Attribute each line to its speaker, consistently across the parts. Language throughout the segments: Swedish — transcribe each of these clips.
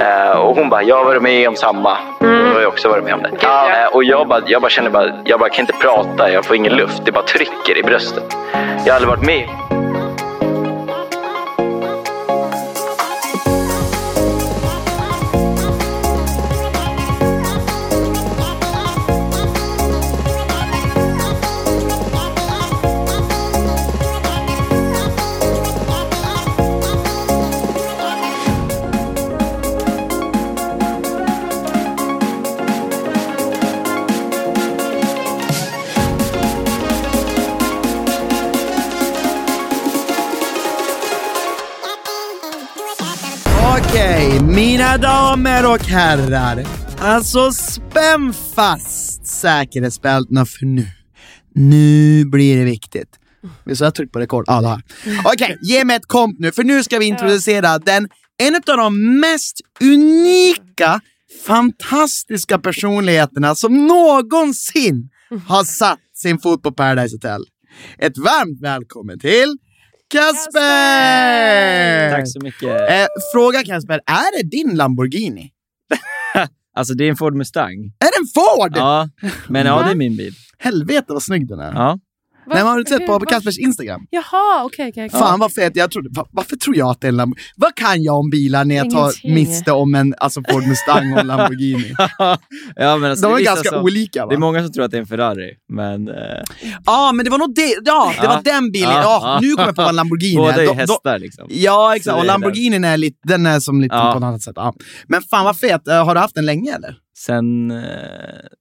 Speaker 1: Eh, och hon bara, jag har varit med om samma. Och jag har också varit med om det. Eh, och jag bara, jag bara känner bara, jag bara kan inte prata, jag får ingen luft. Det bara trycker i bröstet. Jag har aldrig varit med
Speaker 2: Okej, mina damer och herrar. Alltså spänn fast säkerhetsbältena för nu. Nu blir det viktigt. Vi så jag tryckt på rekord? Ja, det har jag. Okej, ge mig ett komp nu, för nu ska vi introducera den, en av de mest unika, fantastiska personligheterna som någonsin har satt sin fot på Paradise Hotel. Ett varmt välkommen till Kasper!
Speaker 3: Tack så mycket.
Speaker 2: Eh, fråga Kasper, är det din Lamborghini?
Speaker 3: Alltså det är en Ford Mustang.
Speaker 2: Är det en Ford?
Speaker 3: Ja, men ja, det är min bil.
Speaker 2: Helvete vad snygg den är.
Speaker 3: Ja.
Speaker 2: Nej, men har du sett på Kaspers Instagram?
Speaker 4: Jaha, okej. okej, okej.
Speaker 2: Fan vad fet, jag trodde, va, varför tror jag att det är en Lamborghini? Vad kan jag om bilar när jag tar
Speaker 4: Ingenting.
Speaker 2: miste om en alltså Ford Mustang och en Lamborghini?
Speaker 3: ja men alltså,
Speaker 2: De
Speaker 3: det
Speaker 2: är
Speaker 3: vissa
Speaker 2: ganska
Speaker 3: som,
Speaker 2: olika va?
Speaker 3: Det är
Speaker 2: Ja,
Speaker 3: många som tror att det är en Ferrari, men eh,
Speaker 2: men det var nog det, ja det
Speaker 3: Ja.
Speaker 2: var den bilen.
Speaker 3: Ja.
Speaker 2: Ja, nu kommer jag på vad en Lamborghini
Speaker 3: båda är
Speaker 2: Då-
Speaker 3: ju
Speaker 2: då-
Speaker 3: hästar liksom.
Speaker 2: Ja,
Speaker 3: Så det
Speaker 2: exakt.
Speaker 3: är
Speaker 2: Och
Speaker 3: den.
Speaker 2: Lamborghinin är lite, den är som lite
Speaker 3: Ja.
Speaker 2: på något annat sätt. Ja. Men fan vad fet, Eh, har du haft den länge eller?
Speaker 3: Sen, eh,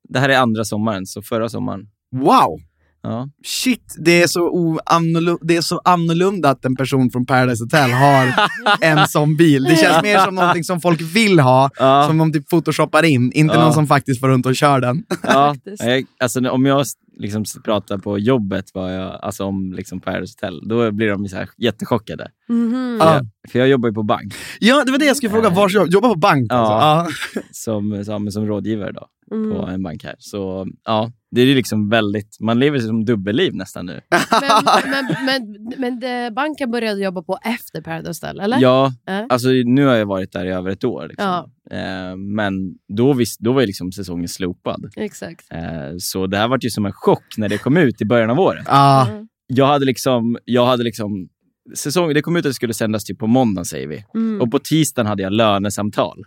Speaker 3: det här är andra sommaren, så förra sommaren.
Speaker 2: Wow!
Speaker 3: Ja.
Speaker 2: Shit, det är, så o- annorlu- det är så annorlunda att en person från Paradise Hotel har en sån bil. Det känns mer som någonting som folk vill ha,
Speaker 3: Ja.
Speaker 2: som de typ photoshoppar in. Inte
Speaker 3: Ja.
Speaker 2: någon som faktiskt var runt och kör den.
Speaker 3: Ja,
Speaker 4: Faktiskt.
Speaker 3: jag, alltså, om jag liksom pratar på jobbet vad jag, alltså, om liksom Paradise Hotel, då blir de så här jättechockade.
Speaker 4: Mhm.
Speaker 2: Ja.
Speaker 3: Ja, För jag jobbar ju på bank
Speaker 2: Ja, det var det jag skulle fråga. Var jobb- jobbar på bank?
Speaker 3: Ja.
Speaker 2: Alltså.
Speaker 3: som, som, som rådgivare då,
Speaker 4: Mm.
Speaker 3: på en bank här. Så ja, det är ju liksom väldigt, man lever som dubbelliv nästan nu.
Speaker 4: Men, men, men, men det, banken började jobba på efter Paradise Hotel, eller?
Speaker 3: Ja,
Speaker 4: Ja.
Speaker 3: alltså nu har jag varit där i över ett år. Liksom.
Speaker 4: Ja.
Speaker 3: Eh, men då, visst, då var ju liksom säsongen slopad.
Speaker 4: Exakt.
Speaker 3: Eh, så det här var ju som en chock när det kom ut i början av året.
Speaker 2: Ja.
Speaker 4: Mm.
Speaker 3: Jag hade liksom... Jag hade liksom säsong, det kom ut att det skulle sändas typ på måndag, säger vi.
Speaker 4: Mm.
Speaker 3: Och på tisdagen hade jag lönesamtal.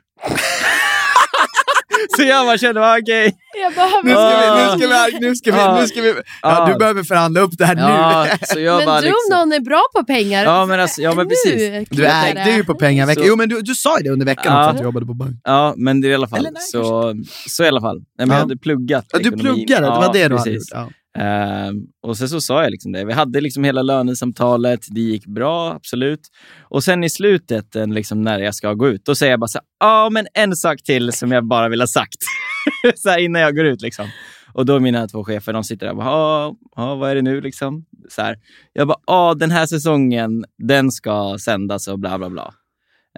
Speaker 3: så jag bara kände, bara, okej.
Speaker 4: Jag "Ah." behöver...
Speaker 2: Nu ska vi, nu ska vi, nu ska vi, nu ska vi. Ja,
Speaker 3: Ah.
Speaker 2: du behöver förhandla upp det här nu.
Speaker 3: Ja, så jag
Speaker 4: men
Speaker 3: bara
Speaker 4: du,
Speaker 3: liksom,
Speaker 4: om någon är bra på pengar,
Speaker 3: Ja, men alltså, ja, men
Speaker 4: nu
Speaker 3: precis.
Speaker 2: Du
Speaker 4: klickar
Speaker 2: ägde ju på pengar i veckan.
Speaker 3: Så-
Speaker 2: Jo, men du, du sa ju det under veckan
Speaker 3: Ja.
Speaker 2: också, att du jobbade på bank.
Speaker 3: Ja, men det är i alla fall.
Speaker 2: Eller nej,
Speaker 3: så, så i alla fall. Nej, men
Speaker 2: Ja.
Speaker 3: Jag hade pluggat
Speaker 2: Ja, du
Speaker 3: ekonomin.
Speaker 2: pluggade, det var det du hade
Speaker 3: precis.
Speaker 2: gjort. Ja.
Speaker 3: Ehm, och sen så sa jag liksom det. Vi hade liksom hela lönesamtalet. Det gick bra, absolut. Och sen i slutet, en liksom när jag ska gå ut, då säger jag bara så här, ja, men en sak till som jag bara vill ha sagt. så här, innan jag går ut liksom. Och då mina två chefer, de sitter där och bara, ja, ja, vad är det nu liksom? Så här. Jag bara, ja, den här säsongen, den ska sändas och bla bla bla.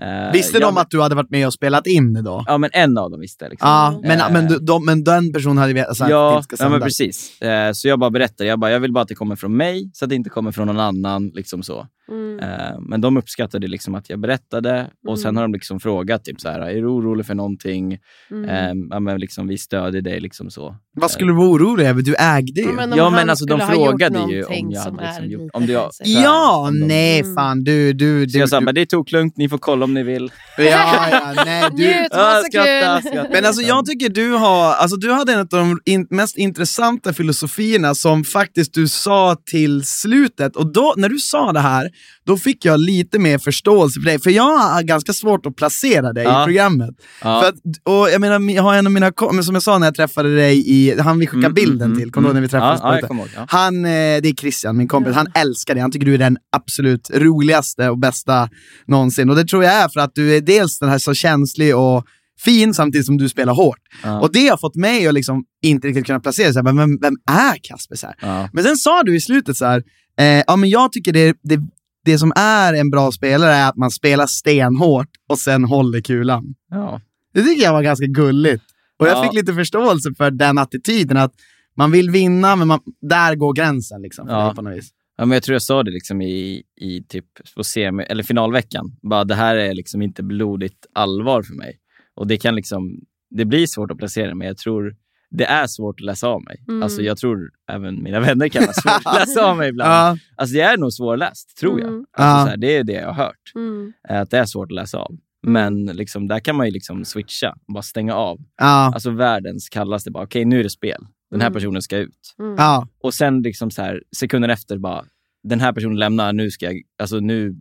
Speaker 3: Ehm,
Speaker 2: Visste
Speaker 3: jag,
Speaker 2: de att du hade varit med och spelat in idag?
Speaker 3: Ja, men en av dem visste. Liksom.
Speaker 2: Ja, men,
Speaker 3: Eh.
Speaker 2: men, du, de, men den personen hade vetat så här, att det
Speaker 3: ja,
Speaker 2: inte ska
Speaker 3: ja, men
Speaker 2: sändas.
Speaker 3: precis. Eh, så jag bara berättade. Jag, bara, jag vill bara att det kommer från mig, så att det inte kommer från någon annan. Liksom så.
Speaker 4: Mm.
Speaker 3: Eh, Men de uppskattade liksom att jag berättade och sen
Speaker 4: Mm.
Speaker 3: har de liksom frågat typ så här, är du orolig för någonting?
Speaker 4: Mm.
Speaker 3: Eh, ja, men liksom, vi stödjer dig. Liksom så.
Speaker 2: Vad skulle du vara orolig över? Du ägde ju.
Speaker 4: Ja, men om
Speaker 3: ja,
Speaker 4: han
Speaker 3: men alltså, de
Speaker 4: skulle ha gjort
Speaker 3: frågade ju
Speaker 4: någonting
Speaker 3: om jag
Speaker 4: som
Speaker 3: hade liksom
Speaker 4: är
Speaker 3: gjort-
Speaker 4: lite
Speaker 3: om jag-
Speaker 4: fancy.
Speaker 2: Ja,
Speaker 3: Mm.
Speaker 2: nej fan du, du,
Speaker 3: Så
Speaker 2: du,
Speaker 3: jag sa,
Speaker 2: du
Speaker 3: men det är toklugnt, ni får kolla om ni vill.
Speaker 2: ja, ja, nej, du.
Speaker 4: Njut, ha så
Speaker 3: skratta,
Speaker 4: kul!
Speaker 3: skratta.
Speaker 2: Men alltså jag tycker du har, alltså du hade en av de in, mest intressanta filosofierna som faktiskt du sa till slutet. Och då, när du sa det här, då fick jag lite mer förståelse för dig. För jag har ganska svårt att placera dig
Speaker 3: Ja.
Speaker 2: i programmet.
Speaker 3: Ja.
Speaker 2: För att, och jag menar, jag har en av mina kom- men som jag sa när jag träffade dig, i, han vi skickade
Speaker 3: Mm,
Speaker 2: bilden
Speaker 3: mm,
Speaker 2: till, kommer du ihåg när vi träffades? på
Speaker 3: ja, ja,
Speaker 2: ute?
Speaker 3: jag kommer ihåg. Ja.
Speaker 2: Han, eh, det är Christian, min kompis, han älskar dig. Han tycker du är den absolut roligaste och bästa någonsin. Och det tror jag är för att du är dels den här så känslig och fin samtidigt som du spelar hårt.
Speaker 3: Ja.
Speaker 2: Och det har fått mig att liksom inte riktigt kunna placera så här, men vem, vem är Kasper? Så här.
Speaker 3: Ja.
Speaker 2: Men sen sa du i slutet så här, eh, ja men jag tycker det, det, det som är en bra spelare är att man spelar stenhårt och sen håller kulan.
Speaker 3: Ja.
Speaker 2: Det tycker jag var ganska gulligt. Och jag
Speaker 3: Ja.
Speaker 2: fick lite förståelse för den attityden att man vill vinna, men man, där går gränsen. Liksom, för
Speaker 3: Ja.
Speaker 2: dig på något vis.
Speaker 3: Ja, men jag tror jag sa det liksom i, i typ på semi, eller finalveckan. Bara, det här är liksom inte blodigt allvar för mig. Och det, kan liksom, det blir svårt att placera men jag tror det är svårt att läsa av mig.
Speaker 4: Mm.
Speaker 3: Alltså, jag tror även mina vänner kan ha svårt att läsa av mig ibland.
Speaker 2: Ja.
Speaker 3: Alltså, det är nog svårläst, tror jag.
Speaker 4: Mm.
Speaker 2: Ja.
Speaker 3: Alltså, så här, det är det jag har hört,
Speaker 4: Mm.
Speaker 3: eh, att det är svårt att läsa av. Men liksom, där kan man ju liksom switcha, bara stänga av.
Speaker 2: Ja.
Speaker 3: Alltså världens kallaste, bara okej nu är det spel. Den här
Speaker 4: Mm.
Speaker 3: personen ska ut.
Speaker 4: Mm.
Speaker 2: Ja.
Speaker 3: Och sen liksom så här, sekunden efter bara, den här personen lämnar, nu ska jag, alltså nu,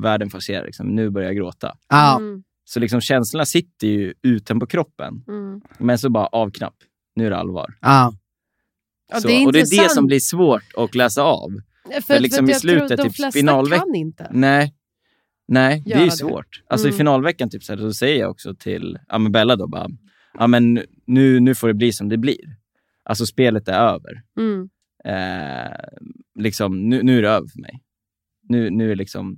Speaker 3: världen passerar, liksom, nu börjar jag gråta.
Speaker 2: Ja.
Speaker 4: Mm.
Speaker 3: Så liksom känslorna sitter ju utanpå kroppen,
Speaker 4: Mm.
Speaker 3: men så bara avknapp, nu är det allvar.
Speaker 2: Ja.
Speaker 4: Ja,
Speaker 3: så,
Speaker 4: det är
Speaker 3: och det är det
Speaker 4: intressant.
Speaker 3: som blir svårt att läsa av.
Speaker 4: För,
Speaker 3: liksom
Speaker 4: för
Speaker 3: i
Speaker 4: jag tror
Speaker 3: slutet,
Speaker 4: de
Speaker 3: typ
Speaker 4: flesta
Speaker 3: finalveck-
Speaker 4: kan inte.
Speaker 3: Nej, nej det är
Speaker 4: Göra
Speaker 3: ju
Speaker 4: det.
Speaker 3: svårt. Alltså
Speaker 4: Mm.
Speaker 3: i finalveckan typ, så, här, så säger jag också till ja, men Bella då bara, ja, men nu, nu får det bli som det blir. Alltså spelet är över.
Speaker 4: Mm.
Speaker 3: eh, liksom, nu, nu är det över för mig. Nu, nu är liksom,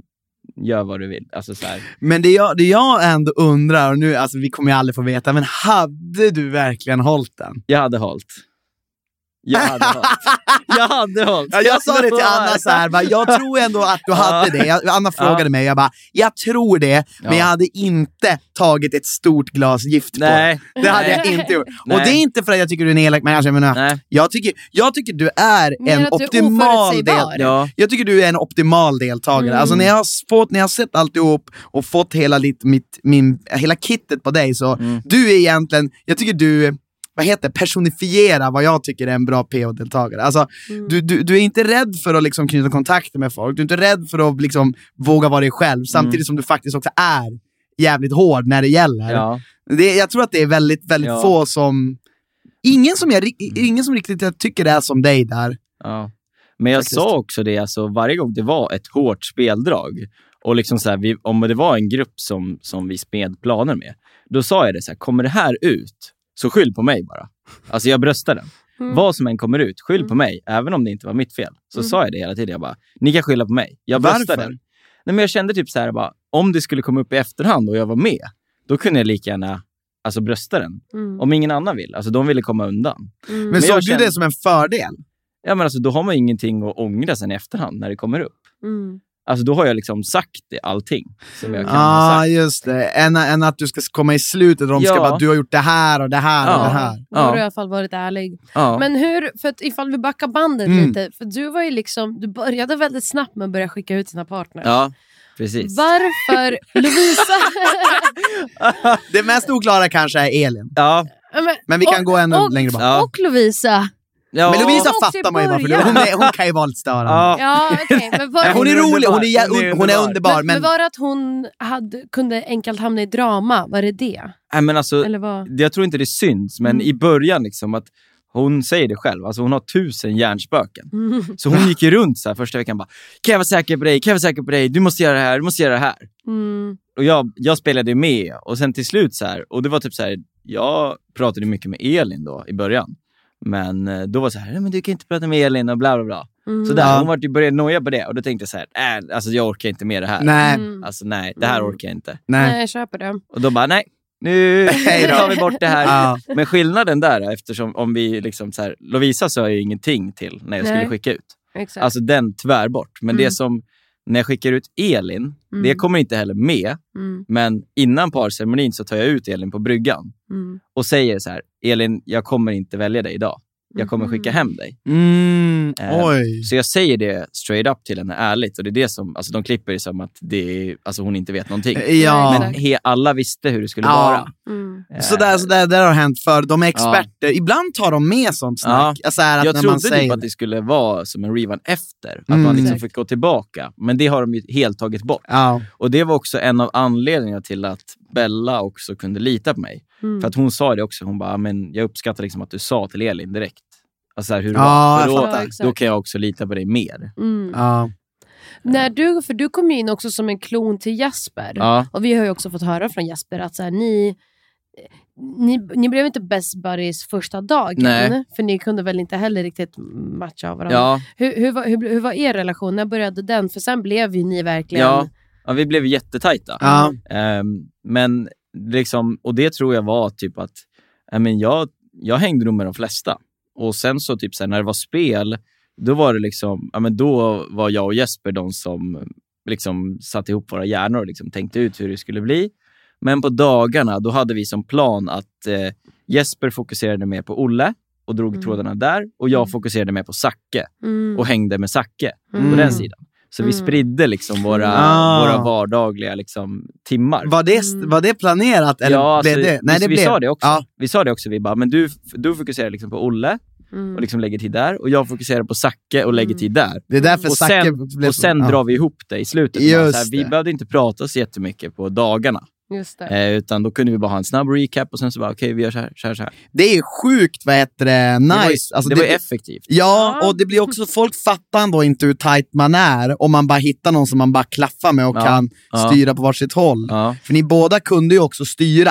Speaker 3: gör vad du vill. Alltså så här,
Speaker 2: Men det jag, det jag ändå undrar, och nu, alltså, vi kommer ju aldrig få veta, men hade du verkligen hållit den?
Speaker 3: jag hade hållit. Jag hade hållit. Jag hade hållit.
Speaker 2: Ja, jag sa det till Anna, så här, bara, jag tror ändå att du hade det. Jag, Anna frågade mig, jag bara, jag tror det, men
Speaker 3: Ja.
Speaker 2: jag hade inte tagit ett stort glas gift
Speaker 3: Nej.
Speaker 2: på. Det hade
Speaker 3: nej,
Speaker 2: jag inte gjort.
Speaker 3: Nej.
Speaker 2: Och det är inte för att jag tycker du är en elak människa, jag menar,
Speaker 3: Nej.
Speaker 2: Jag tycker, jag tycker du är
Speaker 4: Menar
Speaker 2: en
Speaker 4: att du är
Speaker 2: optimal del.
Speaker 4: oförutsägbar?
Speaker 3: Ja.
Speaker 2: Jag tycker du är en optimal deltagare.
Speaker 4: Mm.
Speaker 2: Alltså när jag, har fått, när jag har sett alltihop och fått hela, lit, mitt, min, hela kittet på dig så
Speaker 3: Mm.
Speaker 2: du är egentligen, jag tycker du vad heter det, personifiera vad jag tycker är en bra PO-deltagare. Alltså,
Speaker 4: Mm.
Speaker 2: du, du, du är inte rädd för att liksom knyta kontakter med folk, du är inte rädd för att liksom våga vara dig själv, samtidigt som du faktiskt också är jävligt hård när det gäller.
Speaker 3: Mm. Ja.
Speaker 2: Det, jag tror att det är väldigt, väldigt
Speaker 3: Ja.
Speaker 2: få som... Ingen som, jag, ri- ingen som riktigt jag tycker är som dig där.
Speaker 3: ja. Men jag
Speaker 2: Faktiskt.
Speaker 3: sa också det, alltså, varje gång det var ett hårt speldrag, och liksom så här, vi, om det var en grupp som, som vi spred planer med, då sa jag det så här, kommer det här ut, så skyll på mig bara. Alltså jag bröstar den.
Speaker 4: Mm.
Speaker 3: Vad som än kommer ut, skyll på mig, även om det inte var mitt fel. Så
Speaker 4: Mm.
Speaker 3: sa jag det hela tiden. Jag bara, ni kan skylla på mig. Jag bröstar
Speaker 2: Varför?
Speaker 3: den. Nej, men jag kände typ så här, bara, om det skulle komma upp i efterhand och jag var med, då kunde jag lika gärna alltså, brösta den.
Speaker 4: Mm.
Speaker 3: Om ingen annan vill. Alltså, de ville komma undan.
Speaker 4: Mm.
Speaker 2: Men,
Speaker 3: Men
Speaker 2: såg
Speaker 3: jag
Speaker 2: du
Speaker 3: känner-
Speaker 2: det som en fördel?
Speaker 3: Ja, men alltså, då har man ju ingenting att ångra sen i efterhand när det kommer upp.
Speaker 4: Mm.
Speaker 3: Alltså, då har jag liksom sagt det, allting som jag
Speaker 2: Ja,
Speaker 3: kan ha
Speaker 2: ah,
Speaker 3: sagt.
Speaker 2: just det. Än, än att du ska komma i slutet och de ska
Speaker 3: Ja.
Speaker 2: bara, du har gjort det här och det här
Speaker 3: Ja.
Speaker 2: och det här.
Speaker 4: Då har du i
Speaker 3: Ja.
Speaker 4: alla fall varit ärlig.
Speaker 3: Ja.
Speaker 4: Men hur, för att ifall vi backar bandet
Speaker 2: Mm.
Speaker 4: lite, för du var ju liksom, du började väldigt snabbt med att börja skicka ut sina partners.
Speaker 3: ja, precis.
Speaker 4: Varför Lovisa...
Speaker 2: Det mest oklara kanske är Elin,
Speaker 3: Ja,
Speaker 4: Ja, men-
Speaker 2: men vi kan
Speaker 4: och,
Speaker 2: gå ännu
Speaker 4: och,
Speaker 2: längre bak.
Speaker 3: Ja.
Speaker 4: Och Lovisa.
Speaker 3: ja.
Speaker 2: Men Lovisa
Speaker 4: Och också i
Speaker 2: fattar man ju varför.
Speaker 4: början.
Speaker 2: Hon, är, hon kan ju vara lite störande.
Speaker 3: Ja.
Speaker 4: Ja, okej. men var,
Speaker 2: Men hon är rolig, hon är, jä- hon är, hon är underbar.
Speaker 4: men, men
Speaker 2: Men,
Speaker 4: var det att hon hade, kunde enkelt hamna i drama? Var det det?
Speaker 3: Nej, men alltså,
Speaker 4: Eller vad?
Speaker 3: jag tror inte det syns, men
Speaker 4: Mm.
Speaker 3: i början liksom att hon säger det själv, alltså hon har tusen hjärnspöken.
Speaker 4: Mm.
Speaker 3: Så hon gick ju runt så här första veckan bara, kan jag vara säker på dig, kan jag vara säker på dig, du måste göra det här, du måste göra det här.
Speaker 4: Mm.
Speaker 3: Och jag, jag spelade med och sen till slut så här, och det var typ så här, jag pratade mycket med Elin då i början. Men eh, då var det så här, nej men du kan inte prata med Elin och bla bla bla.
Speaker 4: Mm.
Speaker 3: Så där,
Speaker 2: Ja.
Speaker 3: hon var, började noja på det och då tänkte jag så här, äh, alltså jag orkar inte med det här.
Speaker 2: nej,
Speaker 4: Mm.
Speaker 3: Alltså nej, det här
Speaker 4: Mm.
Speaker 3: orkar jag inte.
Speaker 2: nej.
Speaker 4: Nej, jag köper det.
Speaker 3: Och då bara, nej, nu
Speaker 2: Hej då.
Speaker 3: tar vi bort det här.
Speaker 2: Ja.
Speaker 3: Men skillnaden där, eftersom om vi liksom så här, Lovisa sa jag ju ingenting till när jag
Speaker 4: Nej.
Speaker 3: skulle skicka ut.
Speaker 4: Exakt.
Speaker 3: Alltså den tvärbort. Men
Speaker 4: Mm.
Speaker 3: det som När jag skickar ut Elin,
Speaker 4: Mm.
Speaker 3: det kommer inte heller med,
Speaker 4: Mm,
Speaker 3: men innan parceremonin så tar jag ut Elin på bryggan
Speaker 4: mm.
Speaker 3: och säger så här, Elin, jag kommer inte välja dig idag. Jag kommer
Speaker 4: Mhm.
Speaker 3: skicka hem dig.
Speaker 2: Mm,
Speaker 3: Eh,
Speaker 2: oj.
Speaker 3: Så jag säger det straight up till henne ärligt och det är det som, alltså de klipper det som att det är, alltså hon inte vet någonting.
Speaker 2: Ja.
Speaker 3: Men he, alla visste hur det skulle
Speaker 2: Eh, Ja.
Speaker 3: vara.
Speaker 4: Mm.
Speaker 3: Eh,
Speaker 2: Sådär, sådär, det där har hänt förr. De är experter. Ibland tar de med sånt snack. Ja. Så här att
Speaker 3: Jag
Speaker 2: när
Speaker 3: trodde
Speaker 2: man
Speaker 3: typ
Speaker 2: säger...
Speaker 3: att det skulle vara som en rerun efter, att
Speaker 2: Mm.
Speaker 3: man liksom
Speaker 4: Exakt.
Speaker 3: fick gå tillbaka. Men det har de ju helt tagit bort.
Speaker 2: Ja.
Speaker 3: Och det var också en av anledningarna till att Bella också kunde lita på mig.
Speaker 4: Mm.
Speaker 3: För att hon sa det också, hon bara, "Ah, men jag uppskattar liksom att du sa till Elin direkt. Alltså så här, hur det
Speaker 2: Ja,
Speaker 3: var.
Speaker 2: jag
Speaker 3: För
Speaker 4: fattar.
Speaker 3: då, då kan jag också lita på dig mer.
Speaker 4: Mm.
Speaker 2: Ja.
Speaker 4: När du, för du kom ju in också som en klon till Jasper.
Speaker 3: Ja.
Speaker 4: Och vi har ju också fått höra från Jasper att så här, ni, eh, ni, ni blev inte best buddies första dagen.
Speaker 3: Nej.
Speaker 4: För ni kunde väl inte heller riktigt matcha varandra.
Speaker 3: Ja,
Speaker 4: Hur, hur, var- hur, ble- hur var er relation? När började den? För sen blev ju ni verkligen...
Speaker 3: ja. ja, vi blev jättetajta.
Speaker 2: Ja.
Speaker 3: Ehm, men liksom, och det tror jag var typ att jag, men jag, jag hängde nog med de flesta. Och sen så typ så här, när det var spel, då var det liksom, ja, men då var jag och Jesper de som liksom satte ihop våra hjärnor och liksom tänkte ut hur det skulle bli. Men på dagarna, då hade vi som plan att eh, Jesper fokuserade mer på Olle och drog
Speaker 4: Mm.
Speaker 3: trådarna där och jag fokuserade mer på Zacke
Speaker 4: Mm.
Speaker 3: och hängde med Zacke
Speaker 4: Mm.
Speaker 3: på den sidan. Så vi
Speaker 4: Mm.
Speaker 3: spridde liksom våra,
Speaker 2: Ah.
Speaker 3: våra vardagliga liksom timmar.
Speaker 2: Var, det,
Speaker 4: Mm.
Speaker 2: var det planerat? Eller
Speaker 3: Ja, alltså,
Speaker 2: blev det?
Speaker 3: vi, vi
Speaker 2: blev-
Speaker 3: sa det också.
Speaker 2: Ja.
Speaker 3: Vi sa det också. Vi bara, men du, du fokuserar liksom på Olle
Speaker 4: Mm.
Speaker 3: och liksom lägger tid där och jag fokuserar på Zacke och lägger
Speaker 4: Mm.
Speaker 3: tid där.
Speaker 2: Det är därför
Speaker 3: Och
Speaker 2: Zacke
Speaker 3: sen-
Speaker 2: blev
Speaker 3: och sen
Speaker 2: ja.
Speaker 3: drar vi ihop det i slutet.
Speaker 2: Just
Speaker 3: Bara så här, vi
Speaker 2: det.
Speaker 3: behövde inte prata så jättemycket på dagarna,
Speaker 4: Just det.
Speaker 3: eh, utan då kunde vi bara ha en snabb recap och sen så bara, okej, vi gör så här, så här, så här.
Speaker 2: Det är ju sjukt, vad heter Alltså, det, nice.
Speaker 3: Det var ju,
Speaker 2: Alltså,
Speaker 3: det var ju effektivt.
Speaker 2: Ja,
Speaker 4: Ja.
Speaker 2: och det blir också, folk fattar ändå inte hur tight man är om man bara hittar någon som man bara klaffar med och
Speaker 3: Ja,
Speaker 2: kan
Speaker 3: ja.
Speaker 2: styra på varsitt håll.
Speaker 3: Ja.
Speaker 2: För ni båda kunde ju också styra.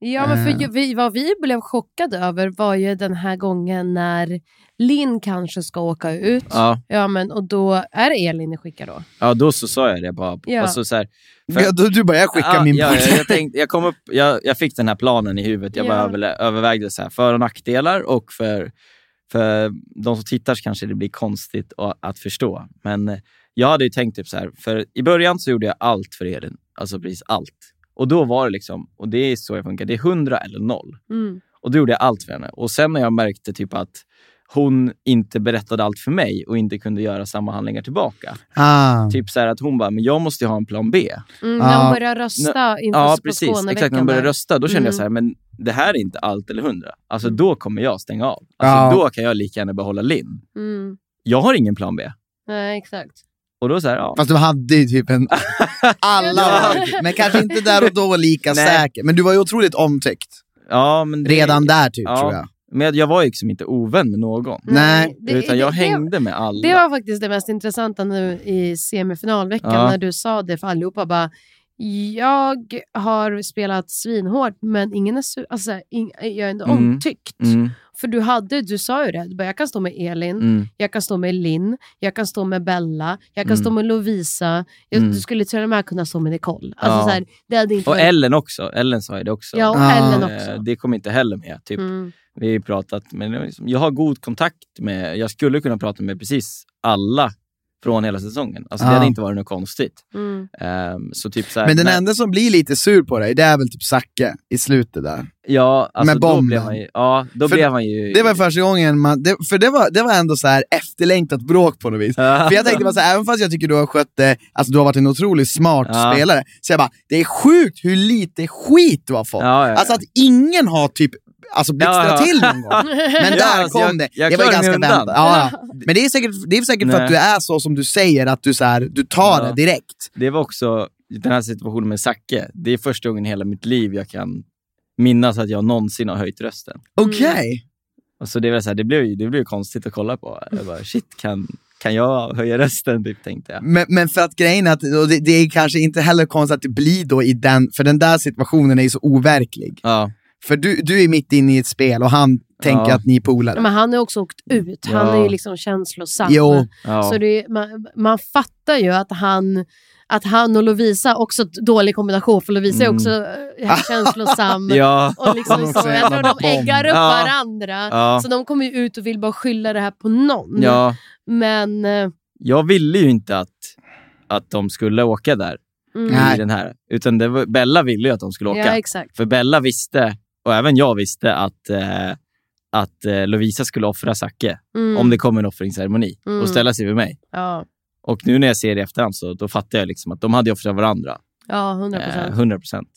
Speaker 4: Ja, men för
Speaker 2: Eh.
Speaker 4: ju, vi, vad vi blev chockade över var ju den här gången när Linn kanske ska åka ut.
Speaker 3: Ja,
Speaker 4: Ja, men, och då är det Elin ni skickar då.
Speaker 3: ja, då så sa jag det bara.
Speaker 4: Ja.
Speaker 3: Alltså, så här, För-
Speaker 2: Ja, du, du bara, jag skickar
Speaker 3: Ja,
Speaker 2: min
Speaker 3: ja,
Speaker 2: ja,
Speaker 3: jag, jag, tänkte, jag, kom upp, jag, jag fick den här planen i huvudet. Jag
Speaker 4: Ja.
Speaker 3: bara överlä- övervägde så här, för och nackdelar och för, för de som tittar så kanske det blir konstigt a- att förstå. Men eh, jag hade ju tänkt typ så här, för i början så gjorde jag allt för Elin. Alltså precis allt. Och då var det liksom, och det är så jag funkar, det är 100 eller noll.
Speaker 4: Mm.
Speaker 3: Och då gjorde jag allt för henne. Och sen när jag märkte typ att hon inte berättade allt för mig och inte kunde göra samma handlingar tillbaka.
Speaker 2: ah.
Speaker 3: Typ så här att hon bara, men jag måste ju ha en plan B.
Speaker 4: Mm, när
Speaker 2: Ja.
Speaker 4: hon börjar rösta inför
Speaker 3: Ja,
Speaker 4: på
Speaker 3: precis.
Speaker 4: Skåneveckan.
Speaker 3: Exakt, när man började
Speaker 4: där.
Speaker 3: rösta, då kände jag
Speaker 4: Mm.
Speaker 3: så här, men det här är inte allt eller hundra. Alltså
Speaker 4: Mm.
Speaker 3: då kommer jag stänga av. Alltså
Speaker 2: Ja.
Speaker 3: då kan jag lika gärna behålla Linn.
Speaker 4: Mm.
Speaker 3: Jag har ingen plan B.
Speaker 4: Nej, exakt.
Speaker 3: Och då så här, ja.
Speaker 2: Fast du hade ju typ en... Alla
Speaker 4: Ja.
Speaker 2: var- Men kanske inte där och då lika
Speaker 3: Nej.
Speaker 2: säker. Men du var ju otroligt omtyckt.
Speaker 3: ja men det,
Speaker 2: Redan där typ,
Speaker 3: Ja. Mm.
Speaker 2: tror jag.
Speaker 3: Men jag var ju liksom inte ovän med någon.
Speaker 2: Nej,
Speaker 3: utan jag
Speaker 4: det,
Speaker 3: hängde med alla.
Speaker 4: Det var faktiskt det mest intressanta nu i semifinalveckan
Speaker 3: Ja.
Speaker 4: när du sa det för allihopa. Bara, jag har spelat svinhårt men ingen är sur, alltså, så här, ing, jag är ändå
Speaker 3: Mm.
Speaker 4: omtyckt.
Speaker 3: Mm,
Speaker 4: För du, hade, du sa ju det, du bara, jag kan stå med Elin,
Speaker 3: mm,
Speaker 4: jag kan stå med Linn, jag kan stå med Bella, jag kan
Speaker 3: Mm.
Speaker 4: stå med Lovisa. Jag,
Speaker 3: Mm.
Speaker 4: Du skulle till och med kunna stå med Nicole. Alltså,
Speaker 3: Ja.
Speaker 4: så här, det hade inte
Speaker 3: Och
Speaker 4: varit...
Speaker 3: Ellen också. Ellen sa ju det också.
Speaker 4: Ja, och
Speaker 2: Ja.
Speaker 4: Ellen
Speaker 3: Eh,
Speaker 4: också.
Speaker 3: Det kom inte heller med. Typ.
Speaker 4: Mm.
Speaker 3: Vi har ju pratat, men det var liksom, jag har god kontakt med, jag skulle kunna prata med precis alla från hela säsongen. Alltså, Det
Speaker 2: Ja.
Speaker 3: hade inte varit något konstigt.
Speaker 4: Mm.
Speaker 3: Ehm, så typ så här,
Speaker 2: Men den
Speaker 3: när-
Speaker 2: enda som blir lite sur på dig, det är väl typ Zacke i slutet där.
Speaker 3: Ja, alltså
Speaker 2: Med
Speaker 3: då
Speaker 2: bomben.
Speaker 3: blev man ju... Ja, då
Speaker 2: För
Speaker 3: blev man ju...
Speaker 2: Det var första gången man... Det, för det var, det var ändå så här efterlängtat bråk på något vis.
Speaker 3: Ja.
Speaker 2: För jag tänkte bara så här, även fast jag tycker du har skött det, alltså du har varit en otroligt smart
Speaker 3: Ja.
Speaker 2: spelare, så jag bara, det är sjukt hur lite skit du har fått.
Speaker 3: Ja, ja, ja.
Speaker 2: Alltså att ingen har typ alltså blixtrat
Speaker 3: Ja, ja.
Speaker 2: till någon gång. Men
Speaker 3: Ja,
Speaker 2: där
Speaker 3: alltså,
Speaker 2: kom
Speaker 3: jag-
Speaker 2: det.
Speaker 3: jag
Speaker 2: det var ju
Speaker 3: klarade mig
Speaker 2: ganska
Speaker 3: undan.
Speaker 2: väntat. Ja, ja. Men det är säkert, det är säkert för
Speaker 3: Nej.
Speaker 2: att du är så som du säger, att du, så här, du tar
Speaker 3: Ja.
Speaker 2: det direkt.
Speaker 3: Det var också den här situationen med Zacke. Det är första gången i hela mitt liv jag kan minnas att jag någonsin har höjt rösten.
Speaker 2: Okej.
Speaker 3: Och så det, var så här, det, blev ju, det blev ju konstigt att kolla på. Jag bara, shit, kan, kan jag höja rösten? Typ, tänkte jag.
Speaker 2: Men, men för att grejen är att och det, det är kanske inte heller konstigt att det blir då i den, för den där situationen är ju så overklig.
Speaker 3: Ja,
Speaker 2: För du, du är mitt inne i ett spel och han tänker
Speaker 3: Ja.
Speaker 2: att ni är polare.
Speaker 4: Men han har också åkt ut. Han
Speaker 3: Mm. Ja.
Speaker 4: är ju liksom känslosam.
Speaker 2: Jo.
Speaker 3: ja.
Speaker 4: Så det, är- man, man fattar ju att han, att han och Lovisa, också ett dålig kombination för Lovisa är
Speaker 3: Mm.
Speaker 4: också eh, känslosam.
Speaker 3: ja.
Speaker 4: Och liksom
Speaker 2: Hon
Speaker 4: så,
Speaker 2: också är
Speaker 4: jag tror
Speaker 2: jävla
Speaker 4: de äggar upp
Speaker 3: bomb. Ja.
Speaker 4: varandra.
Speaker 3: Ja.
Speaker 4: Så de kommer ju ut och Mm. vill bara skylla det här på någon.
Speaker 3: ja.
Speaker 4: Men eh,
Speaker 3: Jag ville ju inte att att de skulle åka där
Speaker 4: Mm.
Speaker 2: Nej.
Speaker 3: i den här. Utan det var, Bella ville ju att de skulle åka.
Speaker 4: Ja, exakt.
Speaker 3: För Bella visste, och även jag visste, att, eh, att eh, Lovisa skulle offra Zacke
Speaker 4: Mm.
Speaker 3: om det kom en offringsceremoni
Speaker 4: Mm.
Speaker 3: och ställa sig vid mig.
Speaker 4: Ja,
Speaker 3: Och nu när jag ser det i efterhand så då fattar jag liksom att de hade ju offrat varandra.
Speaker 4: ja 100
Speaker 3: Eh,
Speaker 4: procent.
Speaker 3: 100 procent.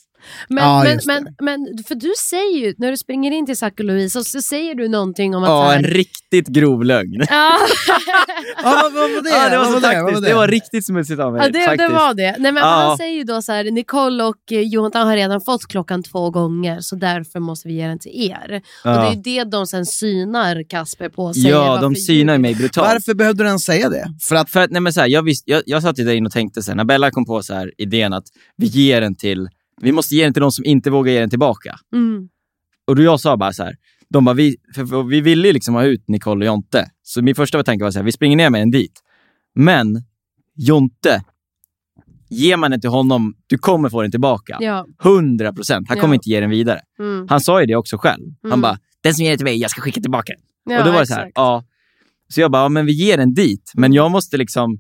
Speaker 4: Men,
Speaker 2: Ja,
Speaker 4: men,
Speaker 2: just det.
Speaker 4: men, men för du säger ju, när du springer in till Zac och Lovisa, så säger du någonting om att... så
Speaker 3: Ja,
Speaker 4: här-
Speaker 3: en riktigt grov lögn.
Speaker 4: Ja,
Speaker 2: Ja, vad, vad var det?
Speaker 3: Ja, det var
Speaker 2: Vad
Speaker 3: så
Speaker 2: Vad
Speaker 3: taktiskt. Det var riktigt smutsigt av mig.
Speaker 4: ja det, det
Speaker 3: faktiskt.
Speaker 4: var det. Nej, men
Speaker 3: Ja.
Speaker 4: Han säger ju då så här, Nicole och eh, Jonathan har redan fått klockan två gånger, så därför måste vi ge den till er. Och det är
Speaker 3: Ja,
Speaker 4: ju det de sen synar Kasper på. och säger
Speaker 3: ja
Speaker 4: varför
Speaker 3: de synar mig brutalt.
Speaker 2: Varför behövde du ens säga det?
Speaker 3: För att, för att, nej men så här, jag, visst, jag, jag satt ju där inne och tänkte, så här, när Bella kom på så här, idén att vi ger den till, vi måste ge den till de som inte vågar ge den tillbaka.
Speaker 4: du- Mm.
Speaker 3: Och då jag sa bara så här, de bara, vi, för, för, vi ville ju liksom ha ut Nicole och Jonte. Så min första tanke var så här, vi springer ner med en dit. Men Jonte, ger man den till honom, du kommer få den tillbaka.
Speaker 4: Ja.
Speaker 3: 100 procent. Han kommer
Speaker 4: Ja.
Speaker 3: inte ge den vidare.
Speaker 4: Mm.
Speaker 3: Han sa ju det också själv. Han
Speaker 4: Mm.
Speaker 3: bara, den som ger den till mig, jag ska skicka tillbaka den.
Speaker 4: ja.
Speaker 3: och då var det så här,
Speaker 4: exakt.
Speaker 3: ja. Så jag bara, ja, men vi ger den dit. Men jag måste liksom,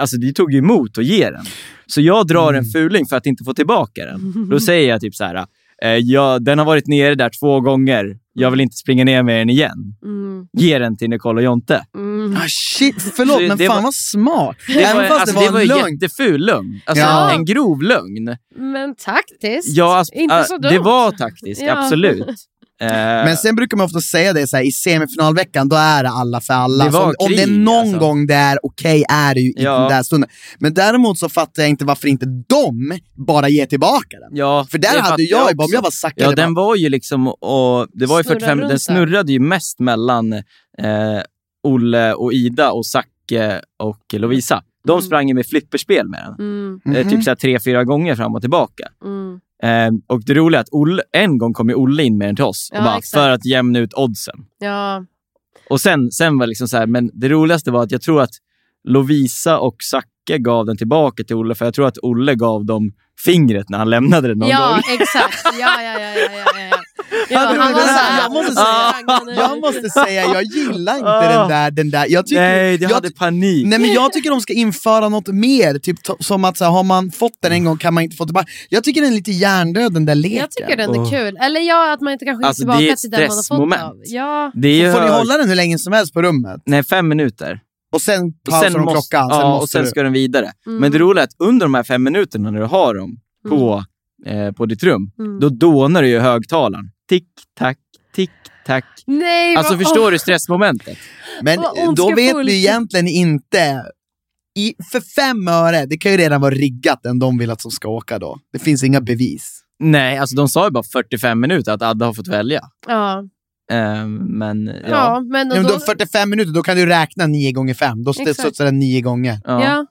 Speaker 3: alltså det tog ju emot att ge den. Så jag drar en
Speaker 2: Mm.
Speaker 3: fuling för att inte få tillbaka den. Då säger jag typ så här, eh, ja, den har varit nere där två gånger. Jag vill inte springa ner med den igen.
Speaker 4: Mm.
Speaker 3: Ge den till Nicole och Jonte.
Speaker 4: Mm.
Speaker 2: Ah, shit, förlåt,
Speaker 3: Så
Speaker 2: men
Speaker 3: det
Speaker 2: fan
Speaker 3: var-
Speaker 2: vad smart.
Speaker 3: Det
Speaker 2: Även
Speaker 3: var,
Speaker 2: fast
Speaker 3: alltså,
Speaker 2: det
Speaker 3: det
Speaker 2: var
Speaker 3: var
Speaker 2: en
Speaker 3: en
Speaker 2: lögn.
Speaker 3: jätteful lögn. Alltså
Speaker 2: Ja.
Speaker 3: en grov lögn.
Speaker 4: Men taktiskt.
Speaker 3: Ja, alltså,
Speaker 4: inte
Speaker 3: ah,
Speaker 4: så dumt.
Speaker 3: det var taktiskt,
Speaker 4: Ja.
Speaker 3: absolut. Eh,
Speaker 2: Men sen brukar man ofta säga det så här, i semifinalveckan, då är det alla för alla.
Speaker 3: Det
Speaker 2: Så
Speaker 3: var
Speaker 2: om, om
Speaker 3: krig,
Speaker 2: det någon
Speaker 3: alltså.
Speaker 2: gång det är okej är det ju i
Speaker 3: Ja.
Speaker 2: den där stunden. Men däremot så fattar jag inte varför inte de bara ger tillbaka den.
Speaker 3: ja,
Speaker 2: För där
Speaker 3: det
Speaker 2: hade
Speaker 3: fattar
Speaker 2: jag ju bara, om
Speaker 3: också.
Speaker 2: jag var Zacke,
Speaker 3: Ja,
Speaker 2: hade
Speaker 3: den var ju liksom... Och, det var ju
Speaker 4: Snurra
Speaker 3: 45, den
Speaker 4: runt där.
Speaker 3: snurrade ju mest mellan eh, Olle och Ida och Zacke och Lovisa. De
Speaker 4: Mm.
Speaker 3: sprang ju med flipperspel med den.
Speaker 4: Mm,
Speaker 2: bara,
Speaker 3: Eh, typ såhär tre, fyra gånger fram och tillbaka.
Speaker 4: mm.
Speaker 3: Eh, och det roliga är att Olle, en gång kom ju Olle in med den till oss.
Speaker 4: Ja,
Speaker 3: och bara,
Speaker 4: exakt.
Speaker 3: för att jämna ut oddsen.
Speaker 4: Ja.
Speaker 3: Och sen, sen var det liksom så här, men det roligaste var att jag tror att Lovisa och Zacke gav den tillbaka till Olle, för jag tror att Olle gav dem fingret när han lämnade den någon gång.
Speaker 4: ja, exakt. Ja, ja, ja. ja, ja, ja. ja
Speaker 2: men
Speaker 4: han
Speaker 2: det där-
Speaker 4: var så här,
Speaker 2: jag måste
Speaker 3: säga-
Speaker 4: sprang nu.
Speaker 2: Jag måste säga, jag gillar inte
Speaker 3: Ah.
Speaker 2: den där, den där. Jag tycker,
Speaker 3: Nej, jag
Speaker 2: jag
Speaker 3: hade panik.
Speaker 2: Nej men jag tycker de ska införa något mer, typ to- som att så här, har man fått den en gång kan man inte få tillbaka. Jag tycker den är lite hjärndöd den där leken.
Speaker 4: Jag tycker den
Speaker 3: Åh.
Speaker 4: är kul. Eller ja, att man inte kan skicka
Speaker 3: Alltså, det är
Speaker 4: tillbaka
Speaker 3: ett
Speaker 4: till den man har fått
Speaker 3: stressmoment.
Speaker 4: av. Ja,
Speaker 3: Det är ju
Speaker 2: Får ni
Speaker 3: hög-
Speaker 2: hålla den hur länge som helst på rummet?
Speaker 3: Nej, fem minuter.
Speaker 2: Och sen
Speaker 3: Och
Speaker 2: pausar de
Speaker 3: måste-
Speaker 2: klockan, sen
Speaker 3: ja,
Speaker 2: måste
Speaker 3: och sen
Speaker 2: du.
Speaker 3: ska den vidare.
Speaker 4: Mm.
Speaker 3: Men det roliga är att under de här fem minuterna när du har dem på, eh, på ditt rum,
Speaker 4: Mm.
Speaker 3: då dånar det ju i högtalaren. Tick, tack, tick, tack.
Speaker 4: Nej,
Speaker 3: Alltså
Speaker 4: vad-
Speaker 3: förstår du stressmomentet?
Speaker 2: Men
Speaker 4: Vad
Speaker 2: då vet
Speaker 4: ondskefullt.
Speaker 2: vi egentligen inte. I, för fem öre, det kan ju redan vara riggat än de vill att som ska åka då. Det finns inga bevis.
Speaker 3: Nej, alltså de sa ju bara 45 minuter att Adde har fått välja.
Speaker 4: Ja,
Speaker 3: Eh, men ja.
Speaker 4: ja. men, och
Speaker 2: Men
Speaker 4: då,
Speaker 2: då, 45 minuter, då kan du räkna 9 gånger 5. Då st-
Speaker 4: Exakt.
Speaker 2: studsar den 9 gånger.
Speaker 3: ja.
Speaker 4: Ja,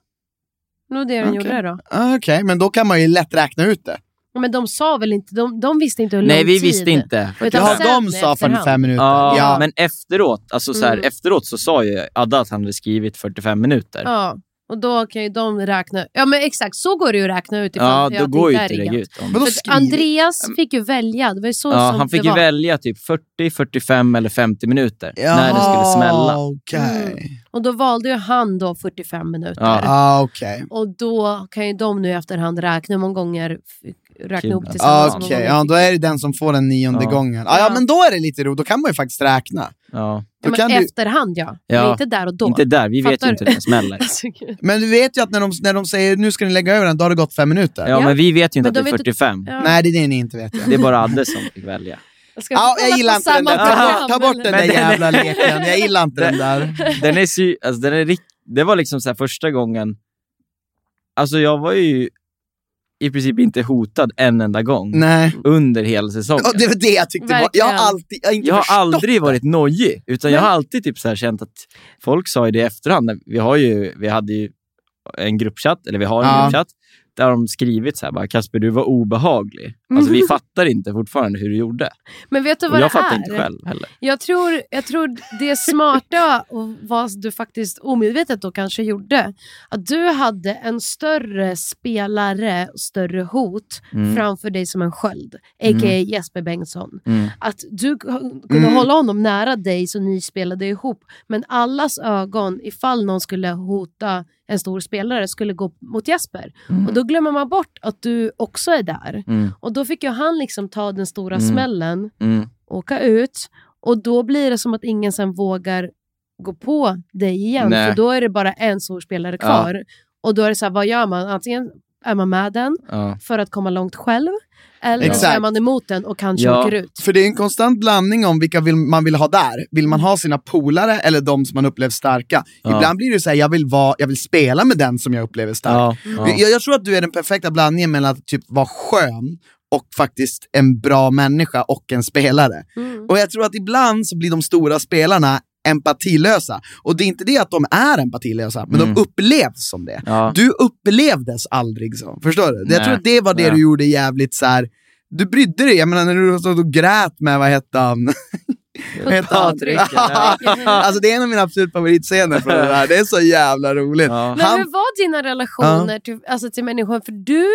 Speaker 4: det var det den
Speaker 2: Okej.
Speaker 4: gjorde då.
Speaker 2: Ah, Okej, men då kan man ju lätt räkna ut det.
Speaker 4: Ja, Men de sa väl inte, de, de visste inte hur lång
Speaker 3: Nej, vi
Speaker 4: tid.
Speaker 3: visste inte.
Speaker 4: Utan
Speaker 2: Ja,
Speaker 4: sen
Speaker 2: de sa
Speaker 4: efterhand.
Speaker 2: 45 minuter.
Speaker 3: Ja,
Speaker 2: Ja.
Speaker 3: men efteråt, alltså så här,
Speaker 4: Mm.
Speaker 3: efteråt så sa ju Adde att han hade skrivit 45 minuter.
Speaker 4: Ja, och då kan ju de räkna. Ja, men exakt. Så går det ju att räkna ut. ifall
Speaker 3: Ja,
Speaker 4: att
Speaker 3: då går ju
Speaker 4: inte är
Speaker 3: inte det
Speaker 4: riggat.
Speaker 3: ut. om-
Speaker 2: Men då
Speaker 4: För att
Speaker 2: skriver-
Speaker 4: Andreas fick ju välja. Det var ju så
Speaker 3: Ja,
Speaker 4: som
Speaker 3: han fick
Speaker 4: det
Speaker 3: ju
Speaker 4: var.
Speaker 3: välja typ 40, 45 eller 50 minuter när det skulle
Speaker 2: Jaha,
Speaker 3: smälla.
Speaker 2: Okej.
Speaker 4: Mm. Och då valde ju han då 45 minuter.
Speaker 3: Ja.
Speaker 2: Ah, okej.
Speaker 4: Och då kan ju de nu i efterhand räkna hur många gånger fick- räkna
Speaker 3: Kul.
Speaker 4: ihop
Speaker 2: Ah,
Speaker 4: tillsammans. hur många
Speaker 2: okej.
Speaker 4: gånger
Speaker 2: Ja,
Speaker 4: fick-
Speaker 2: då är det den som får den nionde
Speaker 3: Ja.
Speaker 2: gången. Ah, ja,
Speaker 4: Ja.
Speaker 2: men då är det lite roligt. Då kan man ju faktiskt räkna.
Speaker 3: Ja.
Speaker 2: Då
Speaker 4: ja,
Speaker 2: kan
Speaker 4: men
Speaker 2: du...
Speaker 4: efterhand ja.
Speaker 3: Ja.
Speaker 4: Men inte där och då.
Speaker 3: Inte där, vi vet
Speaker 4: Fattar
Speaker 3: ju inte
Speaker 4: du?
Speaker 3: hur den smäller.
Speaker 4: Alltså, gud.
Speaker 2: Men du vet ju att när de, när de säger nu ska ni lägga över den, då har det gått fem minuter.
Speaker 3: Ja, men vi vet ju inte
Speaker 4: Men
Speaker 3: att det
Speaker 4: de
Speaker 3: är
Speaker 4: vet inte-
Speaker 3: 45.
Speaker 4: ja.
Speaker 2: Nej, det är det ni inte vet. Jag.
Speaker 3: Det är bara Adde som fick välja.
Speaker 4: Ska vi
Speaker 2: Ja,
Speaker 4: kolla
Speaker 2: jag gillar
Speaker 4: på
Speaker 2: inte den
Speaker 4: samma
Speaker 2: där. Ta
Speaker 4: program,
Speaker 2: bort, ta bort den
Speaker 4: eller?
Speaker 2: där
Speaker 3: Men den är-
Speaker 2: jävla leken. Jag gillar inte den där.
Speaker 3: Den är sy- alltså, den är rikt- det var liksom så här första gången... Alltså jag var ju i princip inte hotad en enda gång
Speaker 4: Mm.
Speaker 2: Nej.
Speaker 3: under hela säsongen.
Speaker 2: Ja, det var det jag tyckte. Var. Jag har alltid... Jag har inte
Speaker 3: Jag
Speaker 2: förstått.
Speaker 3: har aldrig varit nojig, utan jag har alltid typ så här känt att folk sa ju det i efterhand. när- Vi, har ju, vi hade ju en gruppchatt, eller vi har en
Speaker 2: Ja.
Speaker 3: gruppchatt, där de skrivit så här bara “Kasper, du var obehaglig”. Alltså, vi fattar inte fortfarande hur du gjorde.
Speaker 4: Men vet du
Speaker 3: Och
Speaker 4: vad
Speaker 3: jag
Speaker 4: det
Speaker 3: fattar
Speaker 4: är?
Speaker 3: inte själv heller.
Speaker 4: Jag tror, jag tror det smarta och vad du faktiskt omedvetet då kanske gjorde, att du hade en större spelare och större hot
Speaker 3: Mm.
Speaker 4: framför dig som en sköld, a.k.a. Jesper Bengtsson.
Speaker 3: Mm.
Speaker 4: Att du k- kunde hålla honom nära dig så ni spelade ihop, men allas ögon, ifall någon skulle hota en stor spelare, skulle gå mot Jesper. Och då glömmer man bort att du också är där.
Speaker 3: Mm.
Speaker 4: Och då fick ju han liksom ta den stora
Speaker 3: Mm.
Speaker 4: smällen
Speaker 3: Mm.
Speaker 4: åka ut. Och då blir det som att ingen sen vågar gå på dig igen.
Speaker 3: Nej.
Speaker 4: För då är det bara en stor spelare
Speaker 3: Ja.
Speaker 4: kvar. Och då är det så här, vad gör man? Antingen är man med den
Speaker 3: Ja.
Speaker 4: för att komma långt själv. Eller så
Speaker 2: Exakt.
Speaker 4: är man emot den och kanske
Speaker 3: Ja.
Speaker 4: åker ut.
Speaker 2: För det är en konstant blandning om vilka vill, man vill ha där. Vill man ha sina polare eller de som man upplever starka?
Speaker 3: Ja.
Speaker 2: Ibland blir det så här, jag vill, vara, jag vill spela med den som jag upplever stark.
Speaker 3: Ja. Ja.
Speaker 2: Jag, jag tror att du är den perfekta blandningen mellan att typ vara skön och faktiskt en bra människa och en spelare.
Speaker 4: Mm.
Speaker 2: Och jag tror att ibland så blir de stora spelarna empatilösa. Och det är inte det att de är empatilösa, men
Speaker 3: Mm.
Speaker 2: de upplevs som det.
Speaker 3: Ja.
Speaker 2: Du upplevdes aldrig så, förstår du? Jag
Speaker 3: Nej.
Speaker 2: tror att det var det
Speaker 3: Nej.
Speaker 2: du gjorde jävligt så här. du brydde dig, jag menar när du stod och grät med, vad hette han? Vad hette han?
Speaker 3: Patrik, eller?
Speaker 2: alltså det är en av mina absolut favoritscener från det där, det är så jävla roligt.
Speaker 3: Ja.
Speaker 4: Men
Speaker 2: Han-
Speaker 4: hur var dina relationer till, alltså till människor? För du,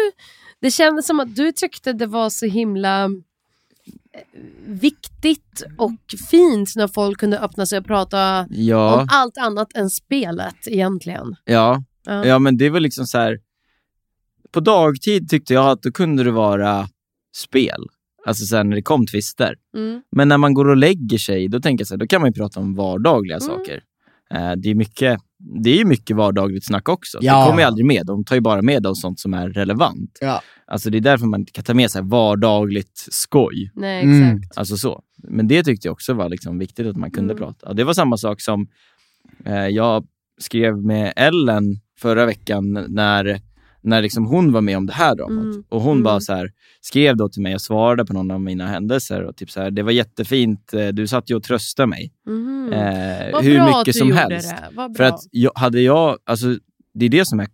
Speaker 4: det kändes som att du tyckte det var så himla eh, viktigt och fint när folk kunde öppna sig och prata
Speaker 3: Ja.
Speaker 4: om allt annat än spelet egentligen.
Speaker 3: Ja.
Speaker 4: Ja.
Speaker 3: ja, men det var liksom så här... På dagtid tyckte jag att då kunde det vara spel. Alltså så här, när det kom tvister.
Speaker 4: Mm.
Speaker 3: Men när man går och lägger sig, då tänker jag så här, då kan man ju prata om vardagliga
Speaker 4: Mm.
Speaker 3: saker. Eh, det är mycket det är ju mycket vardagligt snack också.
Speaker 2: Ja.
Speaker 3: Det kommer ju aldrig med. De tar ju bara med av sånt som är relevant.
Speaker 2: Ja.
Speaker 3: Alltså det är därför man inte kan ta med sig vardagligt skoj.
Speaker 4: Nej,
Speaker 2: Mm.
Speaker 4: exakt.
Speaker 3: Alltså så. Men det tyckte jag också var liksom viktigt att man kunde
Speaker 4: Mm.
Speaker 3: prata. Och det var samma sak som eh, jag skrev med Ellen förra veckan när, när liksom hon var med om det här dramat.
Speaker 4: Mm.
Speaker 3: Och hon
Speaker 4: Mm.
Speaker 3: bara så här, skrev då till mig, jag svarade på någon av mina händelser och typ så här, det var jättefint, eh, du satt ju och tröstade mig.
Speaker 4: Mhm.
Speaker 3: Eh,
Speaker 4: Vad
Speaker 3: hur
Speaker 4: bra att du
Speaker 3: mycket som
Speaker 4: gjorde
Speaker 3: helst.
Speaker 4: Det. Vad bra.
Speaker 3: För att jag, hade jag, alltså, det är det som är,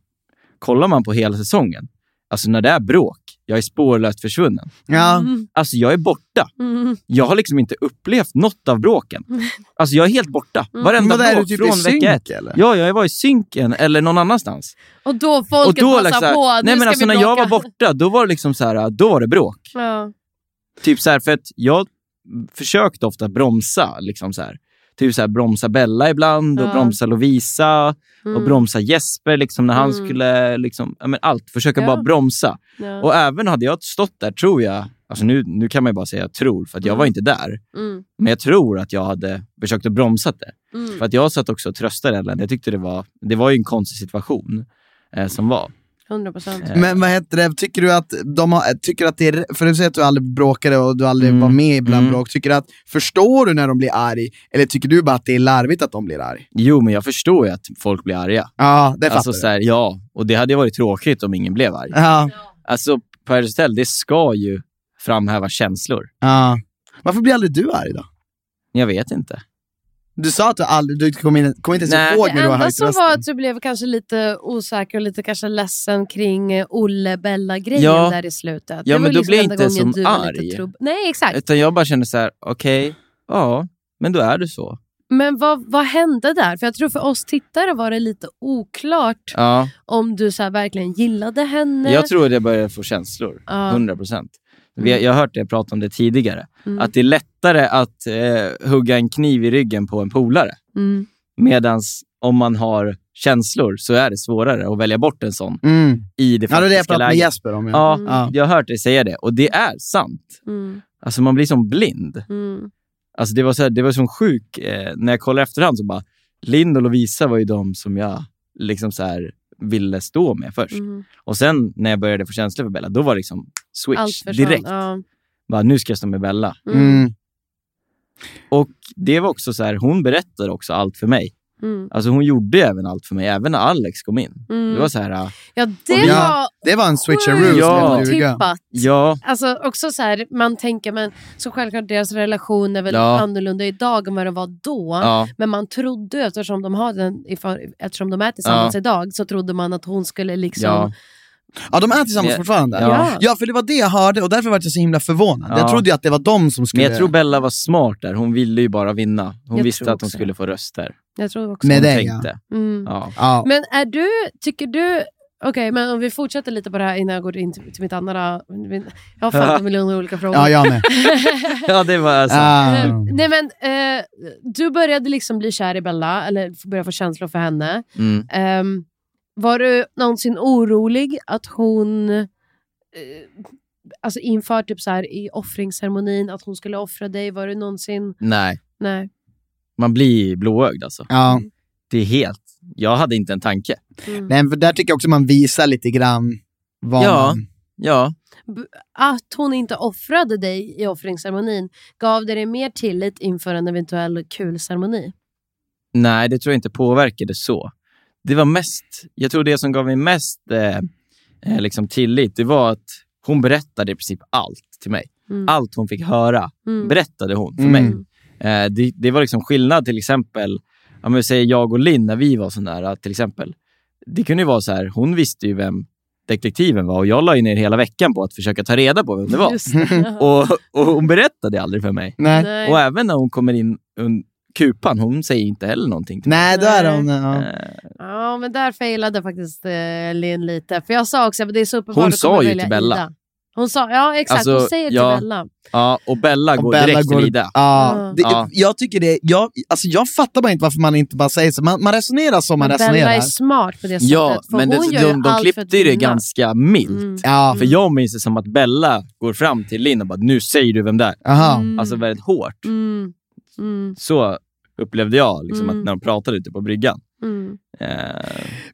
Speaker 3: kollar man på hela säsongen, alltså när det är bråk, jag är spårlöst försvunnen.
Speaker 2: Ja.
Speaker 4: Mm.
Speaker 3: Alltså jag är borta.
Speaker 4: Mm.
Speaker 3: Jag har liksom inte upplevt något av bråken. Alltså jag är helt borta.
Speaker 4: Mm.
Speaker 3: Varenda
Speaker 2: Men vad är
Speaker 3: bråk
Speaker 2: du typ i
Speaker 3: från
Speaker 2: synk
Speaker 3: vecka ett.
Speaker 2: eller?
Speaker 3: Ja, jag var i synken eller någon annanstans.
Speaker 4: Och då folket
Speaker 3: och då
Speaker 4: passar
Speaker 3: liksom så här-
Speaker 4: på.
Speaker 3: Nej,
Speaker 4: nu
Speaker 3: men
Speaker 4: ska
Speaker 3: alltså,
Speaker 4: vi
Speaker 3: när
Speaker 4: bråka.
Speaker 3: jag var borta, då var det liksom så här, då var det bråk.
Speaker 4: Ja.
Speaker 3: Typ så här, för att jag försökte ofta bromsa. Liksom så här. Typ så här, bromsa Bella ibland och
Speaker 4: Ja.
Speaker 3: bromsa Lovisa och
Speaker 4: Mm.
Speaker 3: bromsa Jesper liksom, när han
Speaker 4: Mm.
Speaker 3: skulle... Liksom, ja, men allt, försöka
Speaker 4: Ja.
Speaker 3: bara bromsa.
Speaker 4: Ja.
Speaker 3: Och även hade jag stått där, tror jag... Alltså nu, nu kan man ju bara säga tror, för att jag
Speaker 4: Mm.
Speaker 3: var inte där.
Speaker 4: Mm.
Speaker 3: Men jag tror att jag hade försökt att bromsa det.
Speaker 4: Mm.
Speaker 3: För att jag satt också och tröstade Ellen. Jag tyckte det var, det var ju en konstig situation eh, som var.
Speaker 4: 100 procent.
Speaker 3: Eh,
Speaker 2: Men vad heter det, tycker du att de har, tycker att det är, för du säger att du aldrig bråkade och du aldrig
Speaker 3: Mm.
Speaker 2: var med bland
Speaker 3: Mm.
Speaker 2: bråk, tycker du att, förstår du när de blir arg? Eller tycker du bara att det är larvigt att de blir arg?
Speaker 3: Jo, men jag förstår ju att folk blir arga.
Speaker 2: Ja, det
Speaker 3: Alltså,
Speaker 2: fattar
Speaker 3: så här, ja, och det hade ju varit tråkigt om ingen blev arg.
Speaker 2: du. Ja,
Speaker 3: Alltså, Paradise Hotel, det ska ju framhäva känslor.
Speaker 2: ja. Varför blir aldrig du arg då?
Speaker 3: Jag vet inte.
Speaker 2: Du sa att du aldrig, du kom, in, kom inte ens
Speaker 3: Nej.
Speaker 2: ihåg
Speaker 4: Eh, Det
Speaker 2: när du har
Speaker 4: enda
Speaker 2: höjt
Speaker 4: som var
Speaker 2: rösten.
Speaker 4: att du blev kanske lite osäker och lite kanske ledsen kring eh, Olle-Bella-grejen
Speaker 3: Ja.
Speaker 4: där i slutet.
Speaker 3: Ja,
Speaker 4: det var
Speaker 3: men då
Speaker 4: liksom
Speaker 3: blir jag
Speaker 4: enda
Speaker 3: inte
Speaker 4: gången
Speaker 3: som
Speaker 4: du var
Speaker 3: arg.
Speaker 4: Lite trubb- Nej, exakt.
Speaker 3: Utan jag bara känner så här, okej, ja, men då är du så.
Speaker 4: Men vad, vad hände där? För jag tror för oss tittare var det lite oklart
Speaker 3: Ja,
Speaker 4: om du så här verkligen gillade henne.
Speaker 3: jag tror det börjar få känslor.
Speaker 4: Ja.
Speaker 3: 100 procent.
Speaker 2: Mm.
Speaker 3: Jag har hört dig prata om det tidigare.
Speaker 4: Mm.
Speaker 3: Att det är lättare att eh, hugga en kniv i ryggen på en polare.
Speaker 4: Mm.
Speaker 3: Medan om man har känslor så är det svårare att välja bort en sån
Speaker 2: Mm.
Speaker 3: i det
Speaker 2: Ja, det är det jag
Speaker 3: faktiska
Speaker 2: pratade med
Speaker 3: läget.
Speaker 2: Jesper om. Ja.
Speaker 3: Ja,
Speaker 4: Mm.
Speaker 2: Ja.
Speaker 3: jag har hört dig säga det och det är sant.
Speaker 4: Mm.
Speaker 3: Alltså man blir som blind.
Speaker 4: Mm.
Speaker 3: Alltså det var så här, det var som sjuk. Eh, när jag kollar efterhand så bara, Lind och Lovisa var ju de som jag liksom så här ville stå med först.
Speaker 4: Mm.
Speaker 3: Och sen när jag började få känslor för Bella, då var det liksom
Speaker 4: Allt
Speaker 3: switch
Speaker 4: försvann.
Speaker 3: direkt.
Speaker 4: Ja.
Speaker 3: Bara, nu ska jag stå med Bella.
Speaker 4: Mm.
Speaker 2: Mm.
Speaker 3: Det var också så här, hon berättade också allt för mig.
Speaker 4: Mm.
Speaker 3: Alltså hon gjorde även allt för mig, även när Alex kom in.
Speaker 4: Mm.
Speaker 3: Det var så här, ah,
Speaker 4: Ja, det
Speaker 2: Ja,
Speaker 4: var
Speaker 2: Det var en switcheroo
Speaker 4: sjukt
Speaker 3: Ja.
Speaker 2: som en duga.
Speaker 4: otippat.
Speaker 3: ja,
Speaker 4: Alltså också så här, man tänker, men så självklart deras relation är väl
Speaker 3: Ja.
Speaker 4: annorlunda idag än vad den var då.
Speaker 3: ja.
Speaker 4: Men man trodde, eftersom de, har den, ifall- eftersom de är tillsammans
Speaker 3: Ja.
Speaker 4: idag, så trodde man att hon skulle liksom
Speaker 3: Ja.
Speaker 2: Ja, de är tillsammans
Speaker 3: Ja.
Speaker 2: fortfarande.
Speaker 4: Ja.
Speaker 2: Ja, för det var det jag hörde och därför var jag så himla förvånad. Jag
Speaker 3: Ja.
Speaker 2: trodde ju att det var de som skulle...
Speaker 3: Men jag tror Bella var smart där. Hon ville ju bara vinna. Hon
Speaker 4: Jag
Speaker 3: visste
Speaker 4: tror
Speaker 3: att hon
Speaker 4: också
Speaker 3: skulle få röster.
Speaker 4: Jag tror också.
Speaker 3: Så
Speaker 2: Med
Speaker 3: hon
Speaker 2: dig,
Speaker 3: tänkte.
Speaker 4: Mm.
Speaker 3: Ja.
Speaker 2: Ja.
Speaker 4: Men är du, tycker du... Okej, men om vi fortsätter lite på det här innan jag går in till, till mitt andra... min- Jag har 50 miljoner olika frågor.
Speaker 2: ja, jag med.
Speaker 3: ja, det var alltså.
Speaker 2: Ah.
Speaker 4: Eh, Nej men, eh, du började liksom bli kär i Bella, eller f- började få känslor för henne.
Speaker 3: Mm.
Speaker 4: Ehm, var du någonsin orolig att hon, eh, alltså inför typ så här i offringsceremonin, att hon skulle offra dig? Var du någonsin,
Speaker 3: Nej,
Speaker 4: nej.
Speaker 3: man blir blåögd alltså.
Speaker 2: Ja.
Speaker 3: Det är helt... Jag hade inte en tanke.
Speaker 4: Mm.
Speaker 2: Nej, för där tycker jag också man visar lite grann vad
Speaker 3: Ja.
Speaker 2: man...
Speaker 3: Ja,
Speaker 4: Att hon inte offrade dig i offringsceremonin, gav det dig mer tillit inför en eventuell kul ceremoni?
Speaker 3: nej, det tror jag inte påverkade så. Det var mest... Jag tror det som gav mig mest eh, eh, liksom tillit, det var att hon berättade i princip allt till mig.
Speaker 4: Mm.
Speaker 3: Allt hon fick höra
Speaker 4: Mm.
Speaker 3: berättade hon för
Speaker 2: Mm.
Speaker 3: mig. Eh, det, det var liksom skillnad till exempel, om jag säger jag och Linn när vi var så nära till exempel. Det kunde ju vara så här, hon visste ju vem detektiven var och jag la ju ner hela veckan på att försöka ta reda på vem det var.
Speaker 4: Just det.
Speaker 3: Och, och hon berättade aldrig för mig.
Speaker 2: Nej. Nej.
Speaker 4: Nej.
Speaker 3: Och även när hon kommer in un, kupan, hon säger inte heller någonting. till mig.
Speaker 2: då är hon... Ja.
Speaker 3: Eh,
Speaker 4: Ja, men där failade faktiskt eh, Linn lite. För jag sa också att det är så
Speaker 3: Hon
Speaker 4: uppenbart att du kommer
Speaker 3: sa ju
Speaker 4: välja
Speaker 3: till Bella.
Speaker 4: Ida. Hon sa, ja exakt, hon
Speaker 3: Alltså,
Speaker 4: säger
Speaker 3: ja.
Speaker 4: till Bella.
Speaker 3: Ja, och Bella
Speaker 2: Och
Speaker 3: går
Speaker 2: Bella
Speaker 3: direkt
Speaker 2: går-
Speaker 3: till Ida.
Speaker 2: Ja, det,
Speaker 3: Ja.
Speaker 2: Jag tycker det, jag, alltså jag fattar bara inte varför man inte bara säger så. Man, man resonerar som man
Speaker 4: Men Bella är
Speaker 2: resonerar.
Speaker 4: smart på det sättet.
Speaker 3: Ja,
Speaker 4: Alltså, för
Speaker 3: men det,
Speaker 4: hon gör
Speaker 3: de, de
Speaker 4: allt för att
Speaker 3: klippte ju det
Speaker 4: vinna.
Speaker 3: ganska milt.
Speaker 4: Mm.
Speaker 2: Ja,
Speaker 3: För jag minns det som att Bella går fram till Linn och bara, nu säger du vem det är.
Speaker 2: aha.
Speaker 4: Mm.
Speaker 3: Alltså väldigt hårt.
Speaker 4: Mm. Mm.
Speaker 3: Så upplevde jag liksom,
Speaker 4: Mm.
Speaker 3: att när de pratade ute på bryggan.
Speaker 4: Mm.
Speaker 3: Eh,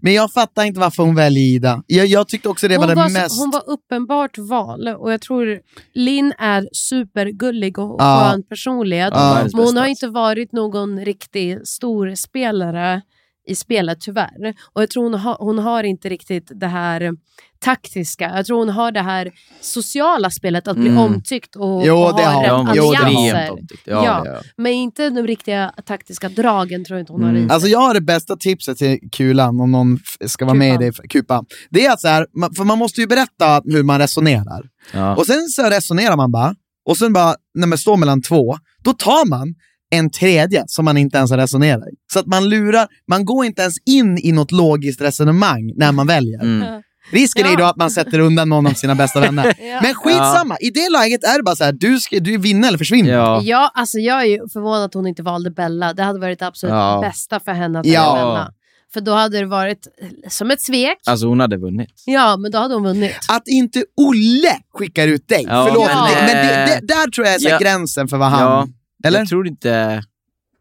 Speaker 2: Men jag fattar inte varför hon väljer Ida. Jag, jag tyckte också det
Speaker 4: Hon,
Speaker 2: var det
Speaker 4: var, så-
Speaker 2: mest...
Speaker 4: hon var uppenbart val och jag tror Linn är supergullig och
Speaker 2: Ja.
Speaker 4: skön personlighet.
Speaker 2: Ja.
Speaker 3: världens
Speaker 4: Men hon
Speaker 3: bästa.
Speaker 4: har inte varit någon riktig stor spelare i spelet tyvärr. Och jag tror hon, ha, hon har inte riktigt det här taktiska. Jag tror hon har det här sociala spelet att bli
Speaker 3: Mm.
Speaker 4: omtyckt och,
Speaker 2: Jo,
Speaker 4: och
Speaker 2: det har
Speaker 4: ha
Speaker 2: hon.
Speaker 3: Ja,
Speaker 4: rätt
Speaker 2: Jo, det har hon.
Speaker 4: allianser.
Speaker 3: extremt omtyckt. Ja,
Speaker 4: Ja.
Speaker 3: ja. ja.
Speaker 4: Men inte de riktiga taktiska dragen tror jag inte hon har i sig.
Speaker 2: Alltså jag har det bästa tipset till kulan om någon f- ska vara med i det, kupa. Det är att så här, man, för man måste ju berätta hur man resonerar.
Speaker 3: Ja.
Speaker 2: Och sen så resonerar man bara, och sen bara, när man står mellan två, då tar man en tredje som man inte ens har resonerat i. Så att man lurar, man går inte ens in i något logiskt resonemang när man väljer.
Speaker 3: Mm.
Speaker 2: Risken är ju då
Speaker 4: Ja.
Speaker 2: att man sätter undan någon av sina bästa vänner.
Speaker 4: Ja.
Speaker 2: Men skitsamma, i det läget är det bara så här, du, ska, du vinner eller försvinner.
Speaker 3: Ja.
Speaker 4: Ja, alltså jag är ju förvånad att hon inte valde Bella. Det hade varit det absolut
Speaker 3: Ja.
Speaker 4: bästa för henne att
Speaker 2: Ja.
Speaker 4: välja Bella. För då hade det varit som ett svek.
Speaker 3: Alltså hon hade vunnit.
Speaker 4: Ja, men då hade hon vunnit.
Speaker 2: Att inte Olle skickar ut dig,
Speaker 3: Ja,
Speaker 2: förlåt
Speaker 4: men-
Speaker 2: mig, men det, det, där tror jag är så här
Speaker 3: Ja.
Speaker 2: gränsen för vad han...
Speaker 3: Ja.
Speaker 2: Eller?
Speaker 3: Jag tror inte...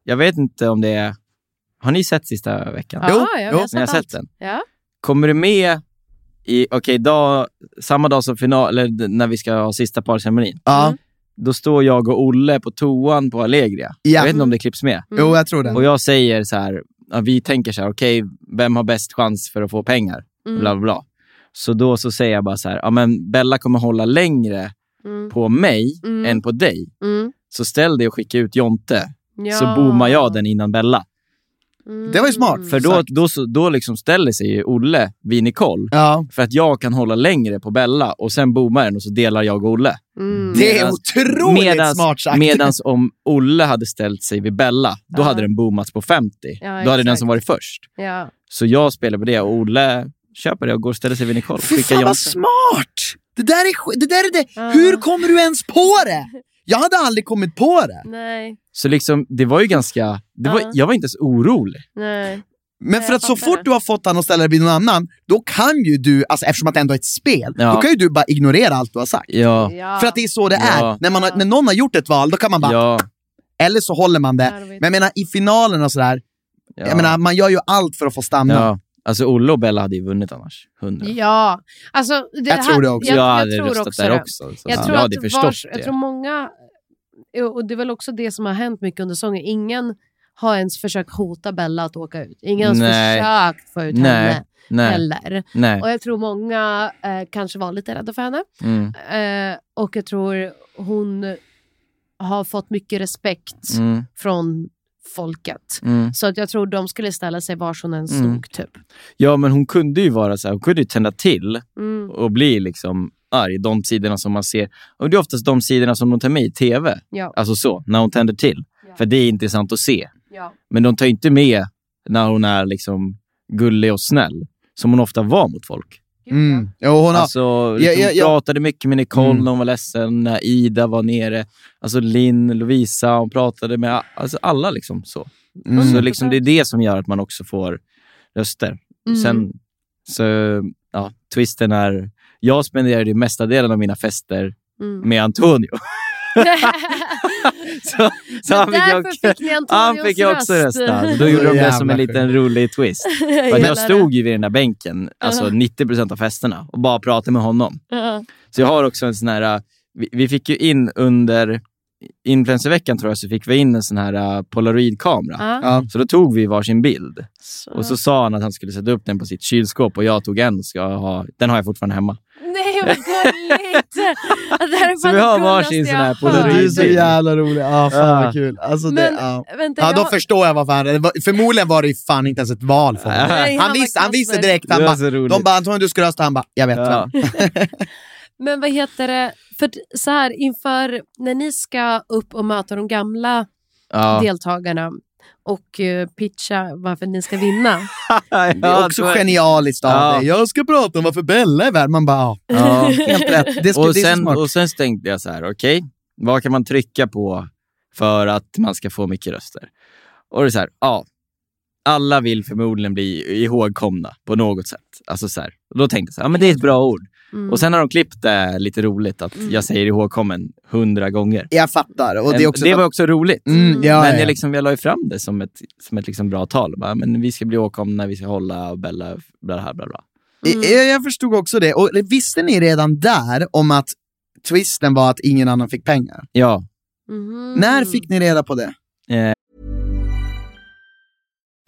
Speaker 3: Jag vet inte om det är... Har ni sett sista veckan?
Speaker 4: Ja,
Speaker 2: Ah, Jo,
Speaker 4: ja, jag
Speaker 2: jo,
Speaker 4: har
Speaker 3: Ni har
Speaker 4: sett
Speaker 3: sett
Speaker 4: allt.
Speaker 3: den?
Speaker 4: Ja.
Speaker 3: Kommer du med i... Okej, idag- samma dag som final... Eller d- när vi ska ha sista parceremonin.
Speaker 2: Ja.
Speaker 4: Mm.
Speaker 3: Då står jag och Olle på toan på Allegria.
Speaker 2: Ja.
Speaker 3: Jag vet inte om det klipps med.
Speaker 4: Mm.
Speaker 2: Jo, jag tror det.
Speaker 3: Och jag säger så här, ja, vi tänker så här, okej, vem har bäst chans för att få pengar?
Speaker 4: Mm.
Speaker 3: Bla, bla, bla. Så då så säger jag bara så här, ja men Bella kommer hålla längre
Speaker 4: Mm.
Speaker 3: på mig
Speaker 4: Mm.
Speaker 3: än på dig.
Speaker 4: Mm.
Speaker 3: Så ställ dig och skicka ut Jonte,
Speaker 4: Ja.
Speaker 3: så bommar jag den innan Bella.
Speaker 4: Mm.
Speaker 2: Det var ju smart.
Speaker 3: För då,
Speaker 2: Exakt.
Speaker 3: då, så- då liksom ställer sig ju Olle vid Nicole,
Speaker 2: Ja.
Speaker 3: för att jag kan hålla längre på Bella och sen bommar den och så delar jag och Olle.
Speaker 4: Mm.
Speaker 2: Det är
Speaker 3: Medans-
Speaker 2: otroligt smart sagt.
Speaker 3: medans om Olle hade ställt sig vid Bella, då
Speaker 4: Ja.
Speaker 3: hade den bommats på 50.
Speaker 4: Ja,
Speaker 3: då hade den
Speaker 4: exakt.
Speaker 3: som varit först.
Speaker 4: Ja.
Speaker 3: Så jag spelar på det och Olle köper det och går och ställer sig vid Nicole.
Speaker 2: Fy fan
Speaker 3: Skickar
Speaker 2: vad
Speaker 3: jag
Speaker 2: smart! Det där är, sk- det där är det.
Speaker 4: Ja.
Speaker 2: Hur kommer du ens på det? Jag hade aldrig kommit på det.
Speaker 4: Nej.
Speaker 3: Så liksom, det var ju ganska... Det var,
Speaker 4: Ja.
Speaker 3: Jag var inte så orolig.
Speaker 4: Nej.
Speaker 2: Men
Speaker 4: Ja,
Speaker 2: för
Speaker 4: jag
Speaker 2: att så
Speaker 4: fattar
Speaker 2: fort
Speaker 4: det.
Speaker 2: du har fått han att ställa dig vid någon annan, då kan ju du, alltså eftersom att det ändå är ett spel,
Speaker 3: Ja.
Speaker 2: då kan ju du bara ignorera allt du har sagt.
Speaker 3: Ja.
Speaker 4: Ja.
Speaker 2: För att det är så det
Speaker 3: Ja.
Speaker 2: är. När, man har, när någon har gjort ett val, då kan man bara,
Speaker 3: Ja,
Speaker 2: eller så håller man det.
Speaker 4: Ja, då vet
Speaker 2: Men jag menar i finalen och sådär,
Speaker 3: ja.
Speaker 2: jag menar man gör ju allt för att få stanna.
Speaker 3: ja. Alltså Olle och Bella hade ju vunnit annars. Hundra.
Speaker 4: Ja. Alltså, det
Speaker 2: Jag
Speaker 4: här-
Speaker 2: tror det också.
Speaker 4: Jag, jag,
Speaker 3: hade
Speaker 4: tror
Speaker 3: röstat
Speaker 4: också
Speaker 3: där
Speaker 4: det.
Speaker 3: också. Så
Speaker 4: Jag
Speaker 3: jag
Speaker 4: tror
Speaker 3: hade
Speaker 4: att
Speaker 3: förstått
Speaker 4: vars,
Speaker 3: det.
Speaker 4: jag tror många, eh, och det är väl också det som har hänt mycket under säsongen, ingen har ens försökt hota Bella att åka ut. Ingen har ens
Speaker 3: Nej.
Speaker 4: försökt få ut
Speaker 3: Nej,
Speaker 4: henne
Speaker 3: Nej,
Speaker 4: heller.
Speaker 3: nej.
Speaker 4: Och jag tror många eh, kanske var lite rädda för henne.
Speaker 3: Mm.
Speaker 4: Eh, och jag tror hon har fått mycket respekt
Speaker 3: Mm.
Speaker 4: från folket.
Speaker 3: Mm.
Speaker 4: Så att jag tror de skulle ställa sig varsin en stok
Speaker 3: Mm.
Speaker 4: typ.
Speaker 3: Ja, men hon kunde ju vara så här, hon kunde ju tända till
Speaker 4: Mm.
Speaker 3: och bli liksom arg. De sidorna som man ser. Och det är oftast de sidorna som de tar med i tv.
Speaker 4: Ja.
Speaker 3: Alltså så, när hon tänder till.
Speaker 4: Ja.
Speaker 3: För det är intressant att se.
Speaker 4: Ja.
Speaker 3: Men de tar ju inte med när hon är liksom gullig och snäll, som hon ofta var mot folk.
Speaker 2: Mm. Jo, hon har...
Speaker 3: Alltså,
Speaker 2: Ja,
Speaker 3: liksom,
Speaker 2: ja, ja.
Speaker 3: pratade mycket med Nicole
Speaker 2: Mm.
Speaker 3: när hon var ledsen, när Ida var nere, alltså Linn, Lovisa, hon pratade med alltså alla. liksom så.
Speaker 2: mm.
Speaker 3: Så liksom, Det är det som gör att man också får röster.
Speaker 4: Mm.
Speaker 3: Sen, så, ja, twisten är... Jag spenderade ju mesta delen av mina fester
Speaker 4: Mm.
Speaker 3: med Antonio. så,
Speaker 4: Så
Speaker 3: så han fick jag
Speaker 4: därför
Speaker 3: också,
Speaker 4: fick ni Antonios
Speaker 3: han fick jag också
Speaker 4: röst.
Speaker 3: rösta. Så Då gjorde de det som en
Speaker 2: Jävla
Speaker 3: liten rolig twist.
Speaker 4: Jag
Speaker 3: För att jag
Speaker 4: gillar
Speaker 3: stod ju vid den där bänken, alltså
Speaker 4: Ja.
Speaker 3: 90 procent av festerna, och bara pratade med honom.
Speaker 4: det. Ja.
Speaker 3: Så jag har också en sån här, äh, vi, vi fick ju in under influencerveckan tror jag, så fick vi in en sån här äh, polaroidkamera.
Speaker 4: Ja.
Speaker 2: Ja.
Speaker 3: Så då tog vi varsin bild
Speaker 4: Så-
Speaker 3: och så sa han att han skulle sätta upp den på sitt kylskåp och jag tog en. Ska jag ha, den har jag fortfarande hemma.
Speaker 4: Nej vad gulligt! det här är
Speaker 3: Så
Speaker 4: fan
Speaker 3: vi har
Speaker 4: det
Speaker 3: varsin
Speaker 4: gulligaste
Speaker 3: sån här
Speaker 4: jag
Speaker 3: på
Speaker 4: hört.
Speaker 2: Du är så
Speaker 3: Ja.
Speaker 2: jävla rolig. Ja, fan
Speaker 3: Ja.
Speaker 2: vad kul. Alltså, det,
Speaker 4: Men
Speaker 2: ja.
Speaker 4: vänta,
Speaker 2: Ja,
Speaker 4: jag...
Speaker 2: då förstår jag varför han... det var- Förmodligen var det ju fan inte ens ett val för honom.
Speaker 4: Nej,
Speaker 2: Han
Speaker 4: var
Speaker 2: visste, han visste
Speaker 4: Kasper.
Speaker 2: direkt. Han
Speaker 3: det var
Speaker 2: bara,
Speaker 3: så roligt.
Speaker 2: de bara “Antonio, du ska rösta”. Han bara “Jag vet”.
Speaker 3: ja.
Speaker 4: Men vad heter det, för t- så här inför när ni ska upp och möta de gamla
Speaker 3: Ja.
Speaker 4: deltagarna och eh, pitcha varför ni ska vinna.
Speaker 2: Det är också genialiskt av
Speaker 3: Ja.
Speaker 2: dig. Jag ska prata om varför Bella är värd. Man bara “Ja,
Speaker 3: Ja.
Speaker 2: helt rätt. Det, ska,
Speaker 3: och,
Speaker 2: det är så
Speaker 3: sen,
Speaker 2: smart.
Speaker 3: och sen så tänkte jag så här, okej, vad kan man trycka på för att man ska få mycket röster? Och det är så här, ja, alla vill förmodligen bli ihågkomna på något sätt. Alltså så här. Och då tänkte jag så här, ja men det är ett bra ord.
Speaker 4: Mm.
Speaker 3: Och sen har de klippt det lite roligt, att jag säger ihågkommen hundra gånger.
Speaker 2: Jag fattar. Mm. Och det, är också
Speaker 3: det var också roligt.
Speaker 2: Mm, ja,
Speaker 3: men
Speaker 2: ja, ja.
Speaker 3: jag, liksom, jag la ju fram det som ett, som ett liksom bra tal. Bara, men vi ska bli ihågkomna, vi ska hålla och bella, bla, bla, bla, bla.
Speaker 2: I- Jag, jag förstod också det. Och visste ni redan där om att twisten var att ingen annan fick pengar?
Speaker 3: Ja, Eh,
Speaker 4: Mhm.
Speaker 2: När fick ni reda på det?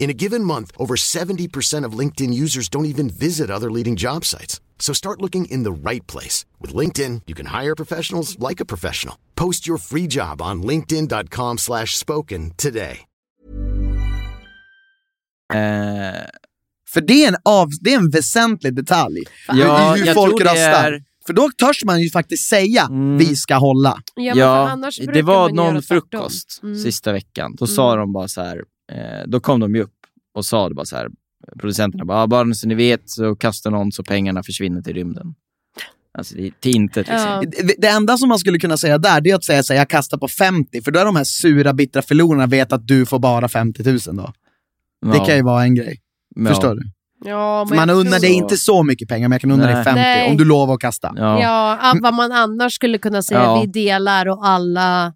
Speaker 5: In a given month, over 70% of LinkedIn users don't even visit other leading job sites. So start looking in the right place. With LinkedIn, you can hire professionals like a professional. Post your free job on linkedin.com/spoken slash spoken today.
Speaker 3: eh,
Speaker 2: För det är en, av, det är en väsentlig detalj.
Speaker 3: ja
Speaker 2: hur
Speaker 3: jag
Speaker 2: folk
Speaker 3: tror det
Speaker 2: röstar.
Speaker 3: är-
Speaker 2: För då törs man ju faktiskt säga
Speaker 3: Mm.
Speaker 2: vi ska hålla.
Speaker 4: Ja, men för annars
Speaker 3: det
Speaker 4: brukar
Speaker 3: var
Speaker 4: man göra
Speaker 3: någon
Speaker 4: tvärtom.
Speaker 3: frukost
Speaker 4: Mm.
Speaker 3: sista veckan. Då
Speaker 4: Mm.
Speaker 3: sa de bara så här, eh, då kom de ju upp och sa det bara så här, producenterna bara, "Ah, bara så ni vet så kastar någon så pengarna försvinner till rymden. Alltså det är till intet liksom.
Speaker 4: Ja.
Speaker 2: Det- Det enda som man skulle kunna säga där det är att säga så här, jag kastar på 50, för då är de här sura, bittra förlorarna vet att du får bara 50 000 då. Det kan ju vara en grej.
Speaker 3: Ja.
Speaker 2: Förstår du?
Speaker 4: Ja, men
Speaker 2: Man
Speaker 4: jag
Speaker 2: unnar
Speaker 4: tror-
Speaker 2: dig inte så mycket pengar, men jag kan unna dig
Speaker 3: Nej.
Speaker 2: 50
Speaker 4: Nej.
Speaker 2: om du lovar att kasta.
Speaker 3: Ja. Mm.
Speaker 4: Ja, ah, vad man annars skulle kunna säga,
Speaker 3: Ja.
Speaker 4: vi delar och alla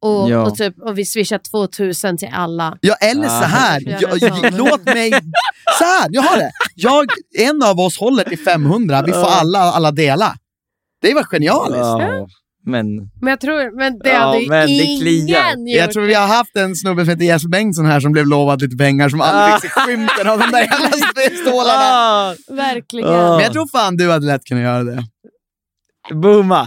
Speaker 4: och,
Speaker 3: Ja.
Speaker 4: och, typ, och vi swishar 2000 till alla.
Speaker 2: Ja, eller så
Speaker 3: Ah.
Speaker 2: här.
Speaker 4: Ja,
Speaker 2: Jag,
Speaker 4: det är sant.
Speaker 2: låt mig... Så här, jag har det. Jag, en av oss håller till 500, vi
Speaker 3: Ah.
Speaker 2: får alla, alla dela. Det var genialiskt.
Speaker 3: Ja. Men
Speaker 4: Men jag tror, men det
Speaker 3: Ja,
Speaker 4: hade ju
Speaker 3: men det kliar.
Speaker 4: ingen gjort.
Speaker 2: Jag tror vi har haft en snubbe som heter Jesper Bengtsson här som blev lovad lite pengar som aldrig fick se skymten av de där jävla stålarna.
Speaker 3: ah,
Speaker 4: Verkligen.
Speaker 3: Ah.
Speaker 2: Men jag tror fan du hade lätt kunnat göra det.
Speaker 3: booma!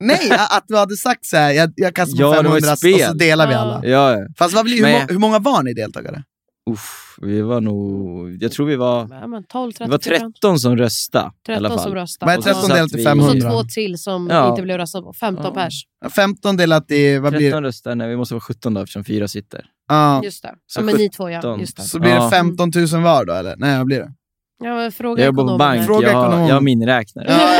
Speaker 2: Nej, att du hade sagt så här, jag, jag kastar på
Speaker 3: Ja, det var
Speaker 2: 500
Speaker 3: ett
Speaker 2: och
Speaker 3: spel.
Speaker 2: så delar vi
Speaker 4: Ja.
Speaker 2: alla.
Speaker 3: Ja, ja.
Speaker 2: Fast vad blir, hur,
Speaker 3: Men-
Speaker 2: må- hur många var ni deltagare?
Speaker 3: Uff, vi var nog, jag tror vi var,
Speaker 4: Ja, men 12, 13,
Speaker 3: det var 13 som röstade i alla
Speaker 4: 13 som
Speaker 3: fall.
Speaker 4: röstade.
Speaker 2: Vad är
Speaker 3: Och så
Speaker 2: 13
Speaker 3: satt
Speaker 2: delat till
Speaker 3: vi-
Speaker 4: Och så
Speaker 2: 500?
Speaker 4: två till som
Speaker 3: Ja.
Speaker 4: inte blev röstade på. 15
Speaker 3: Ja.
Speaker 4: pers.
Speaker 2: 15 delat i, vad blir det?
Speaker 3: 13 röstar, nej vi måste vara 17 då eftersom fyra sitter.
Speaker 2: Ja,
Speaker 4: Just det.
Speaker 3: Så
Speaker 4: ja, men ni två ja.
Speaker 3: 17.
Speaker 4: Just det.
Speaker 2: Alltså, så blir det
Speaker 3: Ja.
Speaker 2: 15 000 var då eller? Nej, vad blir det?
Speaker 4: Ja, men fråga
Speaker 3: Jag jobbar på
Speaker 4: ekonomerna.
Speaker 3: bank,
Speaker 2: Fråga
Speaker 3: jag har,
Speaker 2: ekonomen.
Speaker 3: jag har miniräknare.
Speaker 2: Ja,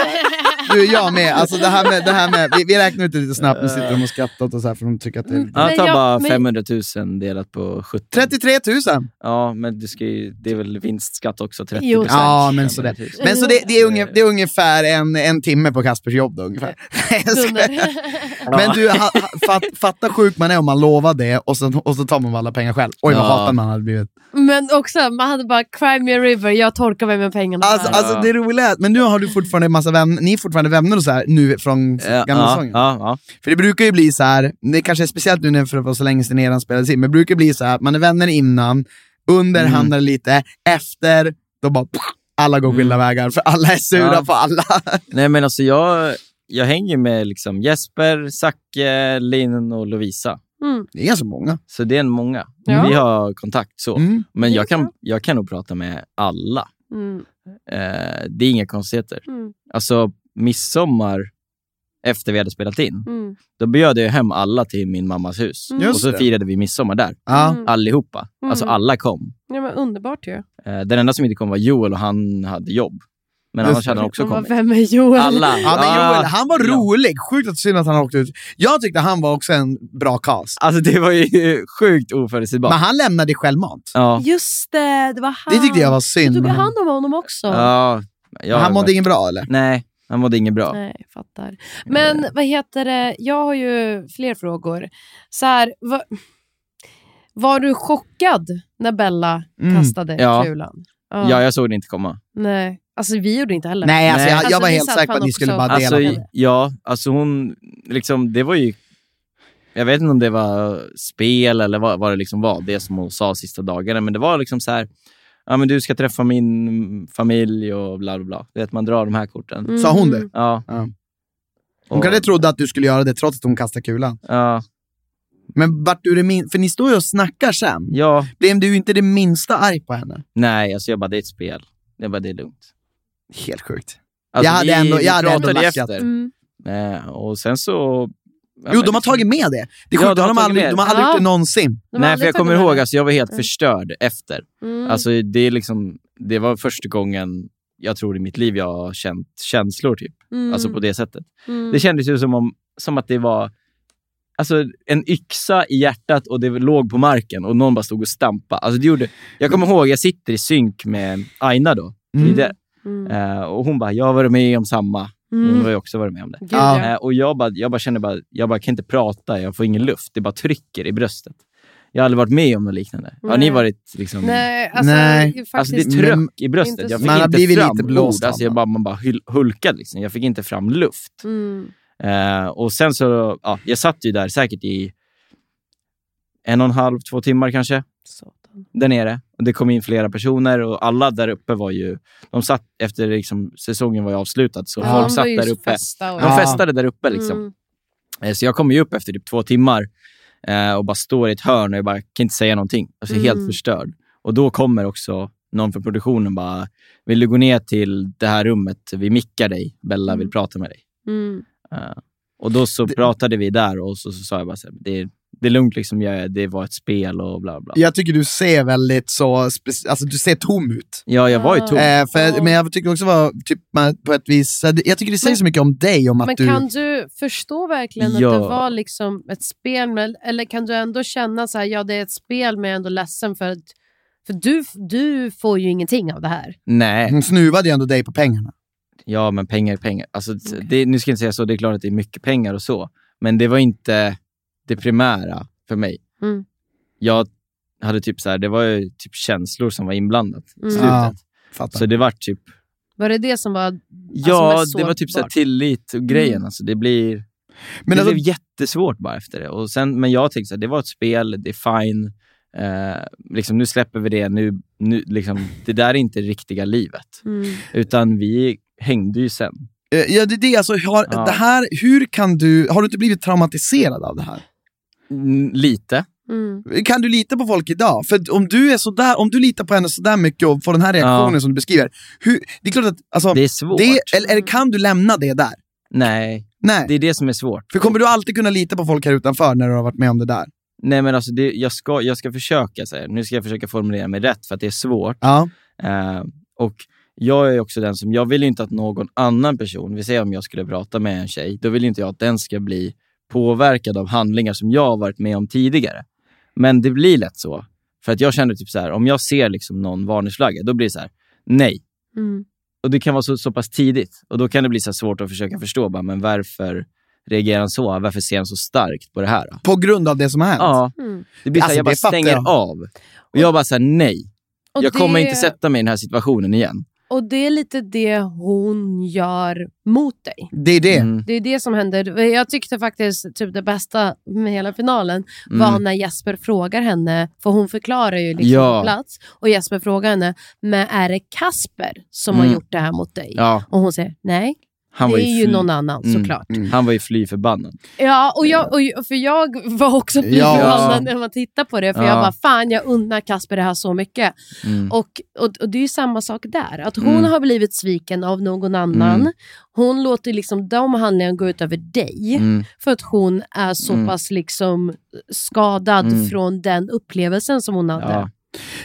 Speaker 2: Nu är jag med. Alltså det här med, det här med vi, vi räknar ut det lite snabbt, nu sitter de och skrattar och så här för de tycker att det är...
Speaker 4: Mm.
Speaker 3: Ja,
Speaker 4: Men
Speaker 3: ta
Speaker 4: jag-
Speaker 3: bara
Speaker 4: men-
Speaker 3: 500 000 delat på 17.
Speaker 2: 33 000!
Speaker 3: Ja, men du ska ju, det är väl vinstskatt också, 30
Speaker 4: Jo, tack.
Speaker 2: Ja, men sådär. Men så det, det, är, unge, det är ungefär en, en timme på Kaspers jobb då, ungefär. Nej, jag skojar. Men du, ha, ha, fat, fatta sjuk man är om man lovar det och, sen, och så tar man alla pengar själv. Oj, vad
Speaker 3: Ja.
Speaker 2: hatad man hade blivit.
Speaker 4: Men också, man hade bara “Cry me a river, jag torkar mig med pengarna”.
Speaker 2: Alltså, alltså det är roligt, men nu har du fortfarande en massa vänner, ni är fortfarande vänner och så här, nu från
Speaker 3: Ja,
Speaker 2: gamla
Speaker 3: ja,
Speaker 2: sången.
Speaker 3: ja, ja.
Speaker 2: För det brukar ju bli så här, det kanske är speciellt nu när- för det var så länge sedan eran spelades in, men det brukar bli så här att man är vänner innan, under
Speaker 3: Mm.
Speaker 2: handlar det lite, efter, då bara pff, alla går skilda vägar, för alla är sura
Speaker 3: Ja.
Speaker 2: på alla.
Speaker 3: Nej, men alltså jag, jag hänger med liksom Jesper, Zacke, Linn och Lovisa.
Speaker 4: Mm.
Speaker 2: Det är ganska många.
Speaker 3: Så det är en många.
Speaker 4: Ja.
Speaker 3: Vi har kontakt så.
Speaker 2: Mm.
Speaker 3: Men
Speaker 4: Det är
Speaker 3: jag kan,
Speaker 4: bra.
Speaker 3: jag kan nog prata med alla.
Speaker 4: Mm.
Speaker 3: Eh, det är inga konstigheter.
Speaker 4: Mm.
Speaker 3: Alltså, midsommar efter vi hade spelat in,
Speaker 4: Mm.
Speaker 3: då bjöd jag hem alla till min mammas hus.
Speaker 4: Mm.
Speaker 2: Just
Speaker 3: Och så
Speaker 2: det.
Speaker 3: firade vi midsommar där.
Speaker 2: Ja.
Speaker 4: Mm.
Speaker 3: Allihopa. Alltså
Speaker 4: Mm.
Speaker 3: alla kom.
Speaker 4: Ja, men underbart ju.
Speaker 3: Eh, den enda som inte kom var Joel och han hade jobb. Men
Speaker 2: Just
Speaker 3: annars
Speaker 2: det.
Speaker 3: hade han också
Speaker 4: Man bara,
Speaker 3: kommit.
Speaker 4: vem är Joel?
Speaker 3: Alla.
Speaker 2: Ja, men Joel,
Speaker 3: Ah.
Speaker 2: han var
Speaker 3: Ja.
Speaker 2: rolig. Sjukt att synd att han åkte ut. Jag tyckte han var också en bra cast.
Speaker 3: Alltså det var ju sjukt oförutsägbart.
Speaker 2: Men han lämnade självmant.
Speaker 3: Ja.
Speaker 4: Just det, det var han.
Speaker 2: Det tyckte jag var
Speaker 4: Du
Speaker 2: synd.
Speaker 4: tog
Speaker 2: men han-
Speaker 4: hand om honom också.
Speaker 3: ja.
Speaker 2: men
Speaker 3: jag-
Speaker 2: han mådde ingen bra eller?
Speaker 3: Nej, han mådde inget bra.
Speaker 4: Nej, jag fattar. Men vad heter det, jag har ju fler frågor. Så här, va, var du chockad när Bella
Speaker 2: Mm.
Speaker 4: kastade
Speaker 3: Ja.
Speaker 4: kulan?
Speaker 3: Ja, jag såg det inte komma.
Speaker 4: Nej, alltså vi gjorde inte heller.
Speaker 2: Nej, alltså,
Speaker 3: Nej.
Speaker 2: Jag, jag
Speaker 4: Alltså,
Speaker 2: var
Speaker 4: det är
Speaker 2: helt
Speaker 4: sant,
Speaker 2: säker på att
Speaker 4: han
Speaker 2: ni skulle
Speaker 4: också-
Speaker 2: bara dela
Speaker 3: Alltså,
Speaker 2: på
Speaker 4: i-
Speaker 2: det.
Speaker 4: henne.
Speaker 3: ja, alltså hon, liksom, det var ju... Jag vet inte om det var spel eller vad, vad det liksom var, det som hon sa sista dagarna, men det var liksom så här, ja men du ska träffa min familj och bla bla bla. Du vet, man drar de här korten.
Speaker 4: Mm.
Speaker 2: Sa hon det?
Speaker 3: Ja.
Speaker 2: Ja. Hon
Speaker 3: Och-
Speaker 2: kanske trodde att du skulle göra det trots att hon kastade kulan.
Speaker 3: Ja,
Speaker 2: Men vart du det min- För ni står ju och snackar sen.
Speaker 3: ja,
Speaker 2: Blev du inte det minsta arg på henne?
Speaker 3: nej, alltså jag bara, det är ett spel. Jag bara, det är lugnt.
Speaker 2: Helt sjukt.
Speaker 3: Alltså,
Speaker 2: Jag hade
Speaker 3: vi,
Speaker 2: ändå-
Speaker 3: vi
Speaker 2: jag hade ändå
Speaker 3: pratade ju
Speaker 2: lackat.
Speaker 3: efter.
Speaker 4: Mm.
Speaker 3: Eh, och sen så... ja,
Speaker 2: Jo,
Speaker 3: men
Speaker 2: de har
Speaker 3: liksom-
Speaker 2: tagit med det. Det är sjukt, de,
Speaker 3: Ja, de har
Speaker 2: har
Speaker 3: tagit
Speaker 2: aldrig,
Speaker 3: med
Speaker 2: de har
Speaker 4: det.
Speaker 2: aldrig
Speaker 4: Ja.
Speaker 2: gjort det någonsin.
Speaker 4: De har
Speaker 3: Nej, för
Speaker 4: aldrig
Speaker 3: jag kommer
Speaker 4: tagit med
Speaker 3: ihåg,
Speaker 4: det.
Speaker 3: alltså, jag var helt förstörd efter.
Speaker 4: Mm.
Speaker 3: Alltså, det, är liksom, det var första gången jag tror i mitt liv jag har känt känslor, typ.
Speaker 4: Mm.
Speaker 3: Alltså på det sättet.
Speaker 4: Mm.
Speaker 3: Det kändes ju som, om, som att det var alltså, en yxa i hjärtat och det låg på marken och någon bara stod och stampade. Alltså, det gjorde, jag kommer ihåg, jag sitter i synk med Aina då.
Speaker 2: Mm.
Speaker 3: tidigare.
Speaker 4: Mm.
Speaker 3: Eh, och hon bara, jag har varit med om samma. Hon
Speaker 4: Mm.
Speaker 3: har ju också varit med om det.
Speaker 4: Gud,
Speaker 2: Ja.
Speaker 4: ja.
Speaker 3: Eh, och jag bara, jag bara känner bara, jag bara kan inte prata, jag får ingen luft. Det bara trycker i bröstet. Jag har aldrig varit med om något liknande. Har ni
Speaker 4: Nej.
Speaker 3: varit liksom...
Speaker 4: Nej, alltså,
Speaker 2: Nej.
Speaker 4: faktiskt.
Speaker 3: Alltså det
Speaker 2: Men-
Speaker 3: tröck i bröstet.
Speaker 4: inte
Speaker 3: Jag
Speaker 4: så.
Speaker 3: fick
Speaker 2: Man har
Speaker 3: inte
Speaker 2: blivit
Speaker 3: fram
Speaker 2: lite blåst
Speaker 3: ord. Alltså jag
Speaker 2: av
Speaker 3: bara, man bara hul- hulkade. Liksom. Jag fick inte fram luft.
Speaker 4: Mm.
Speaker 3: Eh, och sen så, ja, jag satt ju där säkert i en och en halv, två timmar kanske,
Speaker 4: Satan.
Speaker 3: där nere. Och det kom in flera personer och alla där uppe var ju... De satt, efter liksom, säsongen var ju avslutad, så
Speaker 4: Ja,
Speaker 3: folk
Speaker 4: de var
Speaker 3: satt
Speaker 4: ju
Speaker 3: där uppe.
Speaker 4: festa och-
Speaker 3: De
Speaker 2: Ja.
Speaker 3: festade där uppe liksom.
Speaker 4: Mm.
Speaker 3: Eh, Så jag kom ju upp efter typ två timmar eh, och bara står i ett hörn och jag bara kan inte säga någonting. Alltså
Speaker 4: Mm.
Speaker 3: helt förstörd. Och då kommer också någon från produktionen bara, vill du gå ner till det här rummet? Vi mickar dig. Bella vill
Speaker 4: Mm.
Speaker 3: prata med dig.
Speaker 4: Mm.
Speaker 3: Eh, Och då så pratade vi där och så, så sa jag bara så här, det är, det är lugnt liksom, jag, det var ett spel och bla bla. Ja,
Speaker 2: Jag tycker du ser väldigt så, spec- alltså du ser tom ut.
Speaker 3: jag var ju tom.
Speaker 2: Eh, för,
Speaker 4: Ja.
Speaker 2: men jag tycker också var, typ, man- på ett vis, jag tycker det säger så mycket om dig om att
Speaker 4: Men
Speaker 2: du...
Speaker 4: kan du förstå verkligen att
Speaker 3: Ja.
Speaker 4: det var liksom ett spel? Med, eller kan du ändå känna så här, ja det är ett spel men jag är ändå ledsen för att för du, du får ju ingenting av det här.
Speaker 3: Nej,
Speaker 2: Hon snuvade ju ändå dig på pengarna.
Speaker 3: ja men pengar är pengar. Alltså, det, nu ska jag inte säga så, det är klart att det är mycket pengar och så. Men det var inte det primära för mig.
Speaker 4: Mm.
Speaker 3: jag hade typ så här, det var ju typ känslor som var inblandat i
Speaker 4: Mm.
Speaker 3: slutet.
Speaker 2: Ja, fattar.
Speaker 3: Så det var typ,
Speaker 4: Var det det som var...
Speaker 3: ja,
Speaker 4: mest
Speaker 3: det var typ så här
Speaker 4: Alltså, sårbart.
Speaker 3: tillit och grejen.
Speaker 4: Mm.
Speaker 3: Alltså, det blir,
Speaker 2: men
Speaker 3: det
Speaker 2: alltså,
Speaker 3: blev jättesvårt bara efter det. Och sen, men jag tänkte så här, det var ett spel, det är fine. Eh, liksom, nu släpper vi det. Nu, nu, liksom, det där är inte riktiga livet.
Speaker 4: Mm.
Speaker 3: Utan vi hängde ju sen.
Speaker 2: Eh, Ja, det är det. Alltså, har,
Speaker 3: Ja.
Speaker 2: det här, hur kan du, har du inte blivit traumatiserad av det här?
Speaker 3: Mm, Lite.
Speaker 4: Mm.
Speaker 2: Kan du lita på folk idag? För om du, är sådär, om du litar på henne sådär mycket och får den här reaktionen
Speaker 3: Ja.
Speaker 2: som du beskriver, hur, det är klart att... Alltså,
Speaker 3: Det är svårt.
Speaker 2: det- eller, eller kan du lämna det där?
Speaker 3: Nej,
Speaker 2: Nej.
Speaker 3: det är det som är svårt.
Speaker 2: För kommer du alltid kunna lita på folk här utanför när du har varit med om det där?
Speaker 3: Nej, men alltså, det, jag, ska, jag ska försöka. Så här. Nu ska jag försöka formulera mig rätt, för att det är svårt.
Speaker 2: Ja.
Speaker 3: Eh, och jag är också den som, jag vill ju inte att någon annan person, vi säger om jag skulle prata med en tjej, då vill inte jag att den ska bli påverkad av handlingar som jag har varit med om tidigare. Men det blir lätt så. För att jag känner typ så här, om jag ser liksom någon varningsflagga, då blir det så här, nej.
Speaker 4: Mm.
Speaker 3: Och det kan vara så, så pass tidigt. Och då kan det bli så här svårt att försöka förstå, bara, men varför reagerar han så? Varför ser han så starkt på det här? Då?
Speaker 2: På grund av det som har hänt?
Speaker 3: Ja.
Speaker 4: Mm.
Speaker 3: Det blir så här,
Speaker 2: Alltså,
Speaker 3: jag bara
Speaker 2: det fattar
Speaker 3: stänger
Speaker 2: jag.
Speaker 3: av. Och jag bara så här, nej.
Speaker 4: Och
Speaker 3: jag
Speaker 4: det-
Speaker 3: kommer inte sätta mig i den här situationen igen.
Speaker 4: Och det är lite det hon gör mot dig.
Speaker 2: Det är det.
Speaker 3: Mm.
Speaker 4: Det är det som händer. Jag tyckte faktiskt typ det bästa med hela finalen var när Jesper frågar henne, för hon förklarar ju liksom
Speaker 3: Mm. Ja.
Speaker 4: plats, och Jesper frågar henne, men är det Kasper som
Speaker 3: Mm.
Speaker 4: har gjort det här mot dig?
Speaker 3: Ja,
Speaker 4: Och hon säger, nej,
Speaker 3: han, var
Speaker 4: det
Speaker 3: ju
Speaker 4: är ju
Speaker 3: fly,
Speaker 4: någon annan
Speaker 3: Mm.
Speaker 4: såklart.
Speaker 3: han var ju fly förbannad.
Speaker 4: Ja, och jag, och jag- för jag var också fly
Speaker 2: Ja.
Speaker 4: förbannad när man tittar på det, för jag
Speaker 3: Ja.
Speaker 4: bara, fan jag undrar Kasper det här så mycket.
Speaker 3: Mm.
Speaker 4: Och, och, och det är ju samma sak där. Att hon
Speaker 3: Mm.
Speaker 4: har blivit sviken av någon annan.
Speaker 3: Mm.
Speaker 4: Hon låter liksom de handlingarna gå ut över dig.
Speaker 3: Mm.
Speaker 4: För att hon är så
Speaker 3: Mm.
Speaker 4: pass liksom skadad
Speaker 3: Mm.
Speaker 4: från den upplevelsen som hon hade.
Speaker 3: Ja.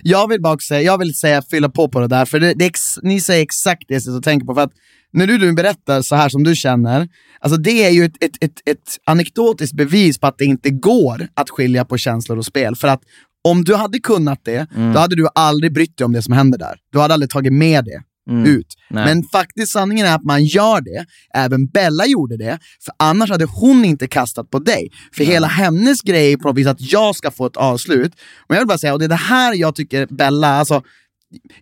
Speaker 2: Jag vill bara också säga, jag vill säga, fylla på på det där, för det, det, är ex, ni säger exakt det jag sitter och tänker på. För att när du nu berättar så här som du känner, alltså det är ju ett, ett, ett, ett anekdotiskt bevis på att det inte går att skilja på känslor och spel. För att om du hade kunnat det,
Speaker 3: Mm.
Speaker 2: då hade du aldrig brytt dig om det som händer där. Du hade aldrig tagit med det
Speaker 3: Mm.
Speaker 2: ut.
Speaker 3: Nej.
Speaker 2: Men faktiskt sanningen är att man gör det, även Bella gjorde det, för annars hade hon inte kastat på dig. För hela hennes grej är på något vis att jag ska få ett avslut. Men jag vill bara säga, och det är det här jag tycker Bella, alltså,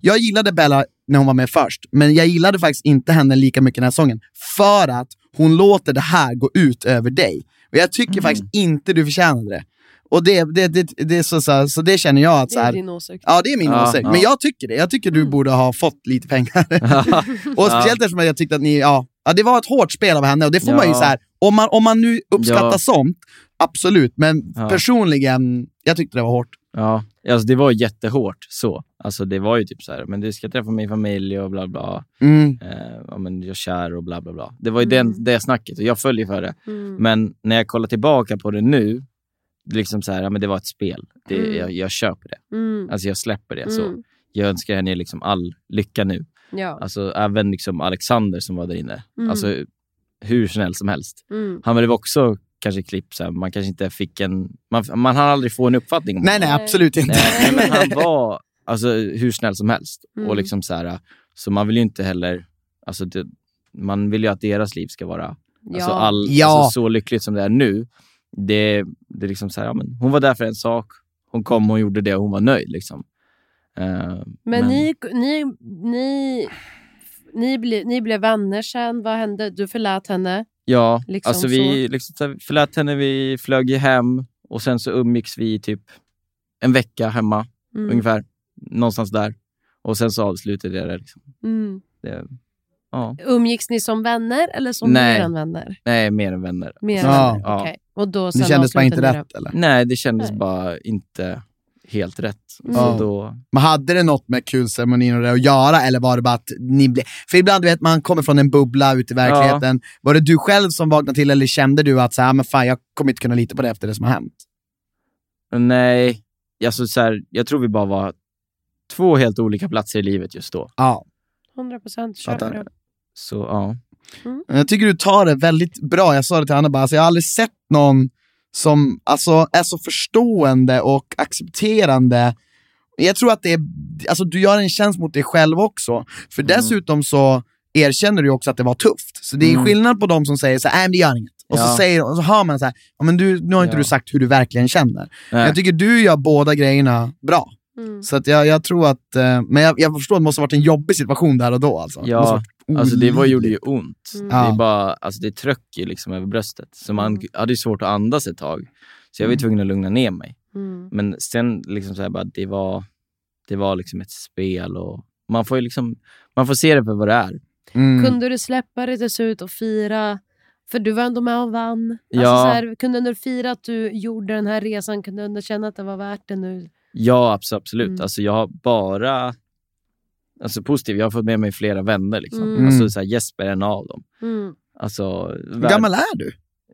Speaker 2: jag gillade Bella när hon var med först, men jag gillade faktiskt inte henne lika mycket den här säsongen. För att hon låter det här gå ut över dig. Och jag tycker
Speaker 4: Mm.
Speaker 2: faktiskt inte du förtjänade det. Och det, det, det, det är så, så, så det känner jag att
Speaker 4: Det
Speaker 2: så
Speaker 4: är
Speaker 2: här,
Speaker 4: din Mm. åsikt.
Speaker 2: Ja, det är min
Speaker 3: Ja,
Speaker 2: åsikt.
Speaker 3: ja.
Speaker 2: Men jag tycker det. Jag tycker du borde ha fått lite pengar. och speciellt eftersom jag tyckte att ni, ja, ja, det var ett hårt spel av henne. Och det får
Speaker 3: Ja.
Speaker 2: man ju så här, om man, om man nu uppskattar
Speaker 3: Ja.
Speaker 2: sånt, absolut. Men
Speaker 3: Ja.
Speaker 2: personligen, jag tyckte det var hårt.
Speaker 3: Ja, alltså det var jättehårt så. Alltså det var ju typ så här, men du ska träffa min familj och bla bla.
Speaker 2: Mm.
Speaker 3: Eh, ja, men jag är kär och bla bla bla. Det var ju den, det snacket och jag följer för det.
Speaker 4: Mm.
Speaker 3: Men när jag kollar tillbaka på det nu, det är liksom så här, ja, men det var ett spel. Det,
Speaker 4: Mm.
Speaker 3: jag, jag köper det.
Speaker 4: Mm.
Speaker 3: Alltså jag släpper det. Så.
Speaker 4: Mm.
Speaker 3: Jag önskar henne liksom all lycka nu.
Speaker 4: Ja.
Speaker 3: Alltså även liksom Alexander som var där inne.
Speaker 4: Mm.
Speaker 3: Alltså hur snäll som helst.
Speaker 4: Mm.
Speaker 3: Han blev också kanske klipp, så här, man kanske inte fick en... Man, man hann aldrig få en uppfattning om
Speaker 2: Nej,
Speaker 3: honom.
Speaker 2: nej, absolut inte.
Speaker 3: Nej, men han var alltså, hur snäll som helst.
Speaker 4: Mm.
Speaker 3: Och liksom så, här, så man vill ju inte heller... Alltså, det, man vill ju att deras liv ska vara alltså,
Speaker 4: Ja.
Speaker 3: all,
Speaker 2: Ja.
Speaker 3: alltså, så lyckligt som det är nu. Det, det är liksom så här, ja, men hon var där för en sak. Hon kom, hon gjorde det och hon var nöjd. Liksom. Eh,
Speaker 4: Men, Ni, ni, ni, ni, ble, ni blev vänner sen. Vad hände? Du förlät henne.
Speaker 3: Ja,
Speaker 4: Liksom
Speaker 3: alltså vi liksom, så här, förlät henne, vi flög ju hem och sen så umgicks vi i typ en vecka hemma
Speaker 4: Mm.
Speaker 3: ungefär. Någonstans där. Och sen så avslutade jag det. Liksom.
Speaker 4: Mm.
Speaker 3: det ja.
Speaker 4: Umgicks ni som vänner eller som
Speaker 3: Nej.
Speaker 4: mer än vänner?
Speaker 3: Nej, mer än vänner.
Speaker 4: Mer än
Speaker 2: Ja.
Speaker 4: vänner.
Speaker 3: Ja.
Speaker 4: Okej. Och då sen
Speaker 2: Det kändes bara inte
Speaker 4: avslutade ni
Speaker 2: rätt. Eller?
Speaker 3: Nej, det kändes
Speaker 4: Nej.
Speaker 3: bara inte helt rätt.
Speaker 4: Mm.
Speaker 3: Så
Speaker 2: Ja.
Speaker 3: då,
Speaker 2: Men hade det något med kulceremonin och det att göra, eller var det bara att ni blev... För ibland, du vet, man kommer från en bubbla ut i verkligheten. Var det du själv som vaknade till, eller kände du att så här, "Ah, men fan, jag kommer inte kunna lita på det efter det som har hänt?
Speaker 3: nej, alltså, så här, jag tror vi bara var två helt olika platser i livet just då.
Speaker 2: Ja.
Speaker 4: det. 100% kör
Speaker 2: Fattar.
Speaker 4: det.
Speaker 3: Så ja.
Speaker 2: Jag tycker du tar det väldigt bra. Jag sa det till Anna bara, alltså, jag har aldrig sett någon som alltså, är så förstående och accepterande. Jag tror att det är, alltså, du gör en tjänst mot dig själv också. För
Speaker 3: Mm.
Speaker 2: dessutom så erkänner du ju också att det var tufft. Så det är
Speaker 3: Mm.
Speaker 2: skillnad på de som säger så här, nej men det gör inget. Och, så
Speaker 3: Ja.
Speaker 2: säger, och så hör man så här, ja, men du, nu har inte
Speaker 3: Ja.
Speaker 2: du sagt hur du verkligen känner.
Speaker 3: Nej.
Speaker 2: Jag tycker du gör båda grejerna bra.
Speaker 4: Mm.
Speaker 2: Så att jag, jag tror att, eh, men jag, jag förstår att det måste ha varit en jobbig situation där och då alltså. Det
Speaker 3: Ja,
Speaker 2: måste ha varit
Speaker 3: Alltså det var, gjorde
Speaker 2: olidligt.
Speaker 3: ju ont.
Speaker 4: Mm.
Speaker 3: Det,
Speaker 2: Ja.
Speaker 3: är bara, alltså det tröck ju liksom över bröstet. Så man
Speaker 4: Mm.
Speaker 3: hade ju svårt att andas ett tag. Så jag
Speaker 2: Mm.
Speaker 3: var ju tvungen att lugna ner mig.
Speaker 4: Mm.
Speaker 3: Men sen liksom så här bara, det var, det var liksom ett spel och man får ju liksom, man får se det för vad det är.
Speaker 2: Mm.
Speaker 4: Kunde du släppa det till slut och fira? För du var ändå med och vann. Alltså
Speaker 3: Ja.
Speaker 4: så här, kunde du fira att du gjorde den här resan? Kunde du känna att det var värt det nu?
Speaker 3: Ja, abso- absolut.
Speaker 4: Mm.
Speaker 3: Alltså jag har bara, alltså positivt, jag har fått med mig flera vänner liksom.
Speaker 4: Mm.
Speaker 3: Alltså så här, Jesper är en av dem.
Speaker 4: Mm.
Speaker 3: Alltså,
Speaker 2: Hur gammal är du?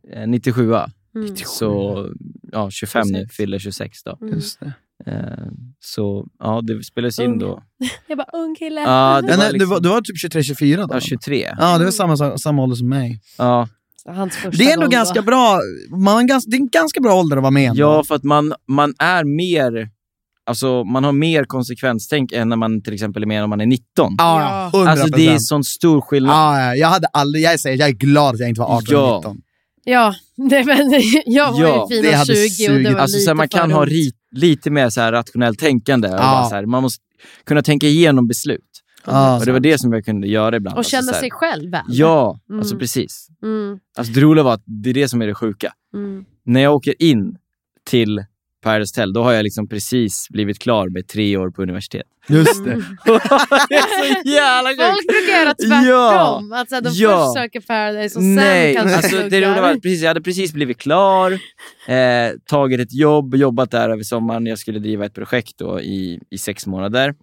Speaker 3: värd- eh, 97
Speaker 4: Mm.
Speaker 3: Så ja, 25 nu,
Speaker 4: 26.
Speaker 3: fyller 26 då.
Speaker 4: Mm.
Speaker 2: det.
Speaker 3: Eh, så ja, det spelades in då.
Speaker 4: Jag bara, ung kille.
Speaker 3: Ja, det
Speaker 2: Ja,
Speaker 3: var
Speaker 2: nej, du,
Speaker 3: liksom,
Speaker 2: var, du var typ 23-24 då?
Speaker 3: ja, 23.
Speaker 2: Ja, det var samma, sa- samma ålder som mig.
Speaker 3: Ja.
Speaker 4: Hans första
Speaker 2: Det är ändå
Speaker 4: gång
Speaker 2: ganska
Speaker 4: var-
Speaker 2: bra, man, gans- det är en ganska bra ålder att vara med. ändå.
Speaker 3: Ja, för att man, man är mer... Alltså, man har mer konsekvenstänk än när man till exempel är med när man är 19.
Speaker 2: ja, ja. 100%.
Speaker 3: Alltså det är sån stor skillnad.
Speaker 2: ja, ja, jag, hade aldrig, jag säger jag är glad att jag inte var 18
Speaker 3: Ja.
Speaker 2: 19.
Speaker 4: Ja, nej, men jag var
Speaker 3: Ja,
Speaker 4: ju
Speaker 2: det
Speaker 4: fina
Speaker 2: hade
Speaker 4: 20 och det
Speaker 2: sugit.
Speaker 4: var
Speaker 3: Alltså,
Speaker 4: lite
Speaker 3: så här, man kan
Speaker 4: för
Speaker 3: ha
Speaker 4: ungt.
Speaker 3: ri, lite mer så här, rationellt tänkande. Och
Speaker 2: Ja.
Speaker 3: bara, så här, man måste kunna tänka igenom beslut.
Speaker 2: Ja,
Speaker 3: och det var
Speaker 2: Alltså.
Speaker 3: det som jag kunde göra ibland.
Speaker 4: Och
Speaker 3: Alltså,
Speaker 4: känna
Speaker 3: så här,
Speaker 4: sig själv väl.
Speaker 3: Ja,
Speaker 4: Mm.
Speaker 3: alltså precis.
Speaker 4: Mm,
Speaker 3: Alltså, det roliga var att det är det som är det sjuka.
Speaker 4: mm.
Speaker 3: När jag åker in till Paradise Hotel, då har jag liksom precis blivit klar med tre år på universitet.
Speaker 2: Just det.
Speaker 4: mm.
Speaker 3: det är så jävla sjukt!
Speaker 4: Folk brukar göra tvärtom. Att så här, de
Speaker 3: Ja.
Speaker 4: först söker Paradise och sen
Speaker 3: Nej,
Speaker 4: kanske
Speaker 3: alltså, det
Speaker 4: pluggar.
Speaker 3: roliga var att precis, jag hade precis blivit klar, eh, tagit ett jobb, jobbat där över sommaren. Jag skulle driva ett projekt då i, i sex månader.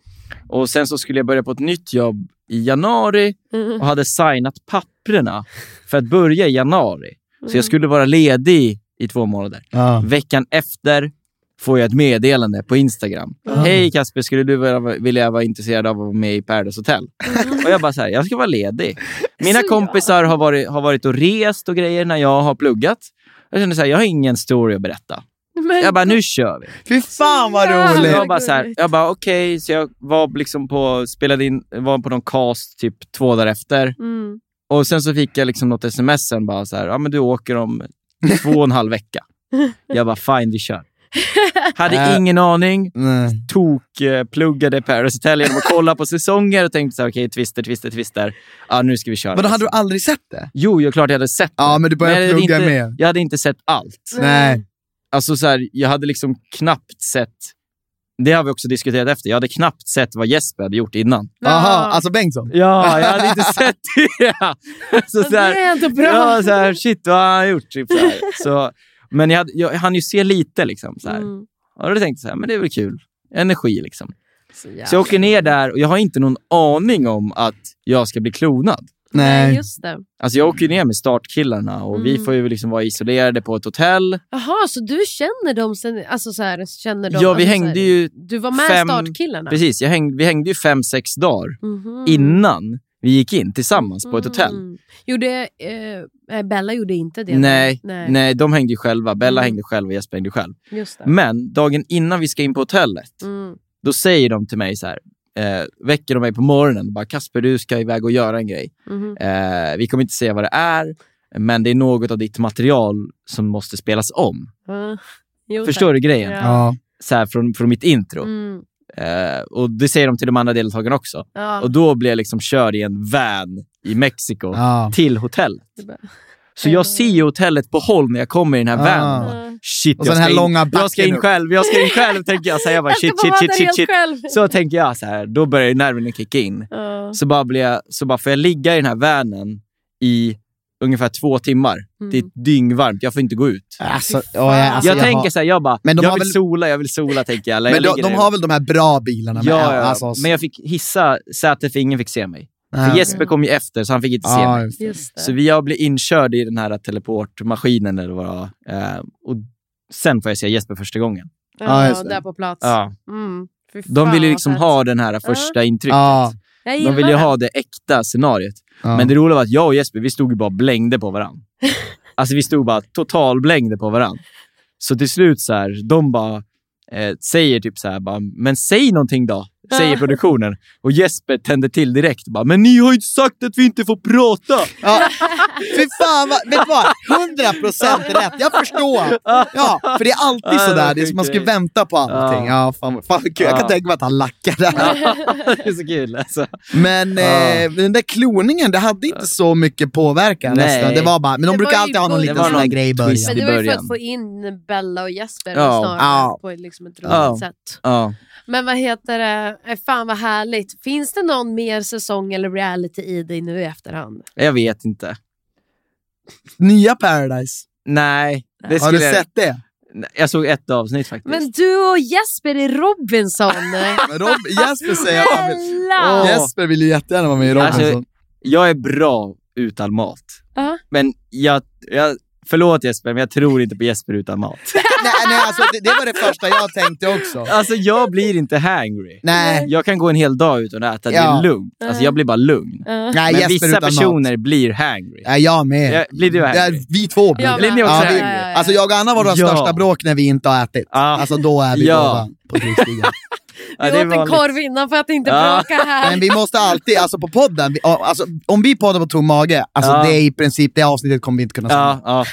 Speaker 3: Och Sen så skulle jag börja på ett nytt jobb i januari
Speaker 4: Mm.
Speaker 3: och hade signat papprena för att börja i januari. Så jag skulle vara ledig i två månader.
Speaker 2: Ja.
Speaker 3: Veckan efter får jag ett meddelande på Instagram. Hej Kasper, skulle du vilja- vilja vara intresserad av att vara med i Paradise Hotel? Och jag bara så här, jag ska vara ledig. Mina
Speaker 4: Så
Speaker 3: kompisar har varit, har varit och rest och grejer när jag har pluggat. Jag kände så här, jag har ingen story att berätta.
Speaker 4: Men,
Speaker 3: Jag bara, nu kör vi.
Speaker 2: Fy fan vad
Speaker 4: Ja.
Speaker 3: Så
Speaker 2: roligt!
Speaker 3: jag bara så här, jag bara okej, så jag var liksom på, spelade in, var på någon cast typ två dagar efter.
Speaker 4: mm.
Speaker 3: Och sen så fick jag liksom något sms sen bara så här, ja men du åker om två och en halv vecka. Jag bara fine, vi kör. Hade
Speaker 2: Äh.
Speaker 3: ingen aning,
Speaker 2: Nej.
Speaker 3: tok, eh, pluggade Paris Hotel genom att kolla på säsonger och tänkte så här, okej, twister, twister, twister. Ja, nu ska vi köra.
Speaker 2: Men då hade du aldrig sett det?
Speaker 3: Jo, jag klart jag hade sett
Speaker 2: Ja,
Speaker 3: det.
Speaker 2: men du började
Speaker 3: jag hade
Speaker 2: plugga
Speaker 3: inte,
Speaker 2: med.
Speaker 3: Jag hade inte sett allt.
Speaker 2: Nej.
Speaker 3: Alltså så här, jag hade liksom knappt sett, det har vi också diskuterat efter, jag hade knappt sett vad Jesper hade gjort innan.
Speaker 2: Aha, alltså Bengtsson?
Speaker 3: Ja, jag hade inte sett det. Så så
Speaker 4: det
Speaker 3: här,
Speaker 4: är ändå bra.
Speaker 3: Ja, så här, shit vad har han gjort? Typ, så här. Så, men jag, hade- jag hann ju se lite. liksom så här.
Speaker 4: Mm.
Speaker 3: Och då tänkte jag så här, men det är väl kul. Energi liksom.
Speaker 4: Så jävla-
Speaker 3: Så jag åker ner där och jag har inte någon aning om att jag ska bli klonad.
Speaker 4: Nej,
Speaker 2: Nej.
Speaker 4: just det.
Speaker 3: Alltså jag åker ner med startkillarna och vi
Speaker 4: Mm.
Speaker 3: får ju liksom vara isolerade på ett hotell.
Speaker 4: Jaha, så du känner dem sen, alltså så här, känner dem,
Speaker 3: Ja, vi
Speaker 4: alltså, så här,
Speaker 3: hängde ju
Speaker 4: Du var med
Speaker 3: fem-
Speaker 4: startkillarna?
Speaker 3: Precis, jag hängde, vi hängde ju fem, sex dagar
Speaker 4: Mhm.
Speaker 3: innan vi gick in tillsammans på ett hotell.
Speaker 4: Mm. Gjorde, eh, eh, Bella gjorde inte det?
Speaker 3: Nej,
Speaker 4: Nej.
Speaker 3: nej. de hängde ju själva. Bella
Speaker 4: Mm.
Speaker 3: hängde själv och Jesper hängde själv.
Speaker 4: Just det.
Speaker 3: Men dagen innan vi ska in på hotellet
Speaker 4: Mm.
Speaker 3: då säger de till mig så här, eh, väcker de mig på morgonen och bara “Kasper, du ska iväg och göra en grej.
Speaker 4: Mhm.
Speaker 3: Eh, vi kommer inte säga vad det är, men det är något av ditt material som måste spelas om.”
Speaker 4: Ja. Jo,
Speaker 3: Förstår du grejen?
Speaker 4: Ja.
Speaker 2: Ja.
Speaker 3: Så här från, från mitt intro.
Speaker 4: tack. Mm.
Speaker 3: Eh, och Det säger de till de andra deltagarna också.
Speaker 4: Ja.
Speaker 3: Och Då blir jag liksom körd i en van i Mexiko
Speaker 2: Ja.
Speaker 3: till hotellet.
Speaker 4: Det bara-
Speaker 3: Så
Speaker 4: Mm.
Speaker 3: jag ser ju hotellet på håll när jag kommer i den här
Speaker 2: Ah.
Speaker 3: vanen.
Speaker 4: Ja.
Speaker 3: Shit,
Speaker 2: Och så
Speaker 3: jag
Speaker 2: den här
Speaker 3: ska, in,
Speaker 2: långa
Speaker 3: jag ska
Speaker 2: backen
Speaker 3: in
Speaker 2: upp.
Speaker 3: själv, jag ska in själv, tänker jag. Så jag bara
Speaker 4: Jag ska
Speaker 3: shit,
Speaker 4: få
Speaker 3: shit,
Speaker 4: vara
Speaker 3: shit,
Speaker 4: där
Speaker 3: shit,
Speaker 4: helt
Speaker 3: shit.
Speaker 4: själv.
Speaker 3: Så tänker jag så här, då börjar ju nerverna kicka in.
Speaker 4: Ja.
Speaker 3: Så bara, blir jag, så bara får jag ligga i den här vanen i ungefär två timmar. Det är
Speaker 4: Mm.
Speaker 3: dyngvarmt, jag får inte gå ut.
Speaker 2: Alltså, ja, ja, alltså,
Speaker 3: jag, tänker
Speaker 2: har-
Speaker 3: så här, jag bara,
Speaker 2: Men de
Speaker 3: jag
Speaker 2: har
Speaker 3: vill
Speaker 2: väl-
Speaker 3: sola, jag vill sola, tänker jag. Eller
Speaker 2: Men
Speaker 3: jag
Speaker 2: de,
Speaker 3: ligger
Speaker 2: de
Speaker 3: där.
Speaker 2: har väl de här bra bilarna? Med,
Speaker 3: Ja, ja, ja.
Speaker 2: alltså, Ah,
Speaker 3: men jag fick hissa sätet för ingen fick se mig.
Speaker 2: nej.
Speaker 3: För Jesper kom ju efter, så han fick inte se
Speaker 2: Ja,
Speaker 3: mig.
Speaker 2: just det.
Speaker 4: Just det.
Speaker 3: Så vi jag blir inkörd i den här teleportmaskinen eller vad det var. Eh, och sen får jag se Jesper första gången.
Speaker 2: Ja,
Speaker 4: ja,
Speaker 2: just det.
Speaker 4: där på plats.
Speaker 3: Ja.
Speaker 4: Mm. Fy
Speaker 3: De
Speaker 4: fan,
Speaker 3: vill ju
Speaker 4: vad
Speaker 3: liksom
Speaker 4: fett.
Speaker 3: ha den här första intrycket.
Speaker 2: Ja,
Speaker 4: Jag
Speaker 3: De
Speaker 4: gillar
Speaker 3: vill ju
Speaker 4: det.
Speaker 3: ha det äkta scenariot.
Speaker 2: ja.
Speaker 3: Men det roliga var att jag och Jesper, vi stod ju bara och blängde på varandra. Alltså vi stod bara totalblängde på varandra. Så till slut så här, de bara eh, säger typ så här, bara, men säg någonting då, säger produktionen. Och Jesper tände till direkt, bara, men ni har ju inte sagt att vi inte får prata.
Speaker 2: Ja. Fy fan, vad, vet du vad? 100 procent rätt. Jag förstår. Ja, för det är alltid
Speaker 3: Ja, det
Speaker 2: sådär.
Speaker 3: var
Speaker 2: Det är som man ska
Speaker 3: sjukt grej.
Speaker 2: vänta på allting. Ja, fan, vad- fan vad kul. Jag kan
Speaker 3: Ja.
Speaker 2: tänka mig att han lackar där.
Speaker 3: det är så kul alltså.
Speaker 2: Men eh, den där kloningen, det hade inte så mycket påverkan
Speaker 3: Nej.
Speaker 2: nästan. Det var bara, men de
Speaker 4: Det
Speaker 2: brukar
Speaker 4: var ju
Speaker 2: alltid ha någon
Speaker 4: bull-
Speaker 2: liten
Speaker 4: Det var
Speaker 2: sån där
Speaker 3: någon
Speaker 2: grej i
Speaker 3: twist.
Speaker 2: början.
Speaker 4: Men det var ju för
Speaker 3: början.
Speaker 4: att få in Bella och Jesper
Speaker 3: Ja.
Speaker 4: snarare
Speaker 2: Ja.
Speaker 4: på liksom ett roligt
Speaker 3: Ja.
Speaker 4: sätt.
Speaker 3: Ja.
Speaker 4: Men vad heter det, Eh, fan vad härligt. Finns det någon mer säsong eller reality i dig nu i efterhand?
Speaker 3: Jag vet inte.
Speaker 2: Nya Paradise.
Speaker 3: Nej. Det
Speaker 2: Har du
Speaker 3: skulle jag-
Speaker 2: sett det?
Speaker 3: Nej, Jag såg ett avsnitt faktiskt.
Speaker 4: Men du och Jesper i Robinson!
Speaker 2: Men Rob, Jesper säger att han vill...
Speaker 4: Snälla!
Speaker 3: Åh.
Speaker 2: Jesper vill ju jättegärna vara med i Robinson.
Speaker 3: Alltså, jag är bra utan mat.
Speaker 4: Ja.
Speaker 3: Men jag, jag Förlåt Jesper, men jag tror inte på Jesper utan mat.
Speaker 2: nej, nej, alltså, det, det var det första jag tänkte också.
Speaker 3: Alltså jag blir inte hangry.
Speaker 2: Nej,
Speaker 3: Jag kan gå en hel dag utan att äta, det
Speaker 2: Ja.
Speaker 3: är lugnt. Alltså jag blir bara lugn.
Speaker 2: nej
Speaker 3: men
Speaker 2: Jesper
Speaker 3: vissa
Speaker 2: utan mat.
Speaker 3: personer blir hangry.
Speaker 2: Nej, jag med.
Speaker 3: Ja, blir du
Speaker 2: Det är-
Speaker 3: hangry?
Speaker 2: Vi två blir
Speaker 4: Ja,
Speaker 2: det.
Speaker 3: Blir ni också
Speaker 2: Ja, vi,
Speaker 3: hangry?
Speaker 2: alltså jag och Anna var våra
Speaker 3: Ja.
Speaker 2: största bråk när vi inte har ätit.
Speaker 3: Ja.
Speaker 2: Alltså då är vi
Speaker 3: Ja.
Speaker 2: ja. på krigsstigen.
Speaker 4: Vi åt en korv innan för att inte
Speaker 3: Ja.
Speaker 4: bråka här.
Speaker 2: Men vi måste alltid, alltså på podden, vi, alltså, om vi poddar på tom mage, alltså
Speaker 3: Ja.
Speaker 2: det är i princip, det avsnittet kommer vi inte kunna
Speaker 3: Ja,
Speaker 2: samla.
Speaker 3: ja,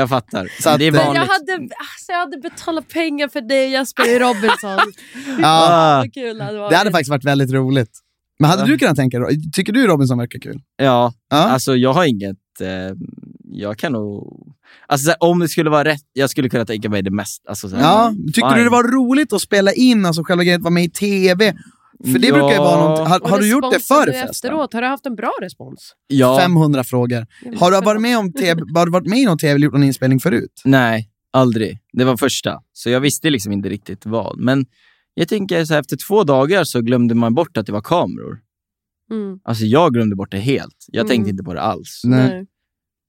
Speaker 3: jag fattar.
Speaker 2: Så att,
Speaker 3: det är
Speaker 2: eh,
Speaker 4: Men
Speaker 3: vanligt.
Speaker 4: jag hade, alltså jag hade betalat pengar för dig Jesper i Robinson.
Speaker 2: Ja.
Speaker 3: Ah,
Speaker 4: Vad kul det hade
Speaker 2: Det
Speaker 4: varit.
Speaker 2: hade faktiskt varit väldigt roligt. Men hade
Speaker 3: Ja.
Speaker 2: du kunnat tänka dig, tycker du Robinson verkar kul?
Speaker 3: ja,
Speaker 2: Ja.
Speaker 3: alltså jag har inget... Eh, jag kan nog... Alltså så här, om det skulle vara rätt, jag skulle kunna tänka mig det mest. Alltså, så här,
Speaker 2: Ja, tyckte du
Speaker 3: fine.
Speaker 2: det var roligt att spela in, alltså själva grejen att vara med i TV? För det
Speaker 3: Mm, Ja.
Speaker 2: brukar ju vara något, har,
Speaker 4: Och
Speaker 2: har du gjort det
Speaker 4: responsen
Speaker 2: förr
Speaker 4: nu
Speaker 2: förresten?
Speaker 4: Efteråt, har du haft en bra respons?
Speaker 3: Ja,
Speaker 2: 500 frågor. Har du varit med, om TV, har du varit med i någon TV eller gjort någon inspelning förut?
Speaker 3: Nej, aldrig. Det var första. Så jag visste liksom inte riktigt vad. Men jag tänker så här, efter två dagar så glömde man bort att det var kameror.
Speaker 4: Mm.
Speaker 3: Alltså jag glömde bort det helt. Jag
Speaker 4: Mm.
Speaker 3: tänkte inte på det alls.
Speaker 4: Nej.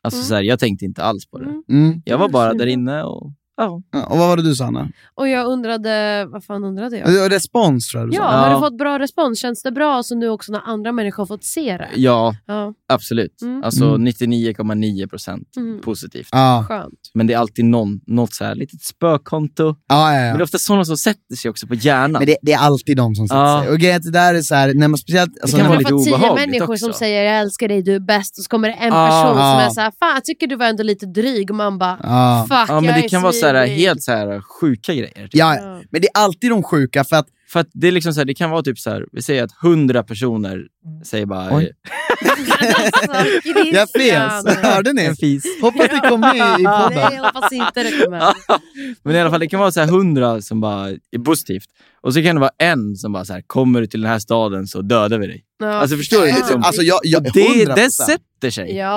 Speaker 3: Alltså
Speaker 4: Mm.
Speaker 3: så här, jag tänkte inte alls på det.
Speaker 4: Mm.
Speaker 2: Mm.
Speaker 3: Jag var bara där inne och... Ja.
Speaker 2: Ja, och vad var det du sa Anna?
Speaker 4: Och jag undrade, vad fan undrade jag?
Speaker 2: Eh, Respons tror jag du
Speaker 4: Ja,
Speaker 2: sa.
Speaker 4: har
Speaker 3: Ja.
Speaker 4: du fått bra respons? Känns det bra alltså nu också när andra människor har fått se det?
Speaker 3: Ja,
Speaker 4: Ja,
Speaker 3: absolut.
Speaker 4: Mm.
Speaker 3: Alltså
Speaker 2: Mm.
Speaker 3: 99,9 procent
Speaker 4: Mm.
Speaker 3: positivt.
Speaker 2: Ja,
Speaker 4: skönt.
Speaker 3: Men det är alltid någon, något så här litet spökkonto.
Speaker 2: ja, ja.
Speaker 3: Men
Speaker 2: ja.
Speaker 3: det är ofta sådana som sätter sig också på hjärnan.
Speaker 2: Men det, det är alltid de som sätter
Speaker 3: Ja.
Speaker 2: sig. Och grejen är att det där är så här, när man speciellt... Alltså,
Speaker 3: kan
Speaker 2: när
Speaker 3: vara
Speaker 2: man-
Speaker 3: lite
Speaker 4: tio
Speaker 3: obehagligt
Speaker 4: människor som
Speaker 3: också.
Speaker 4: säger jag älskar dig, du är bäst. Och så kommer det en
Speaker 3: Ah,
Speaker 4: person som
Speaker 2: ah.
Speaker 4: är så här, fan jag tycker du var ändå lite dryg. Och man bara,
Speaker 2: Ja.
Speaker 4: fuck
Speaker 3: ja, men
Speaker 4: jag
Speaker 3: det
Speaker 4: är
Speaker 3: kan vara så här,
Speaker 4: svindryg."
Speaker 3: helt så här sjuka grejer. typ.
Speaker 2: Ja, ja.
Speaker 4: Ja.
Speaker 2: men det är alltid de sjuka för att...
Speaker 3: För att det, är liksom så här, det kan vara typ så här, vi säger att hundra personer säger bara
Speaker 2: Oj.
Speaker 4: Alltså,
Speaker 2: Jag
Speaker 4: Christian.
Speaker 2: fes! Hörde ni?
Speaker 3: en fis.
Speaker 2: Hoppas det kom med i
Speaker 4: Nej,
Speaker 2: podden.
Speaker 4: jag hoppas inte det kommer.
Speaker 3: Men i alla fall, det kan vara så här hundra som bara är positivt. Och så kan det vara en som bara så här, kommer du till den här staden så dödar vi dig.
Speaker 4: Ja.
Speaker 3: Alltså förstår du? Liksom,
Speaker 2: Alltså, jag, jag,
Speaker 3: det,
Speaker 2: 100%.
Speaker 3: det sätter sig.
Speaker 4: Ja,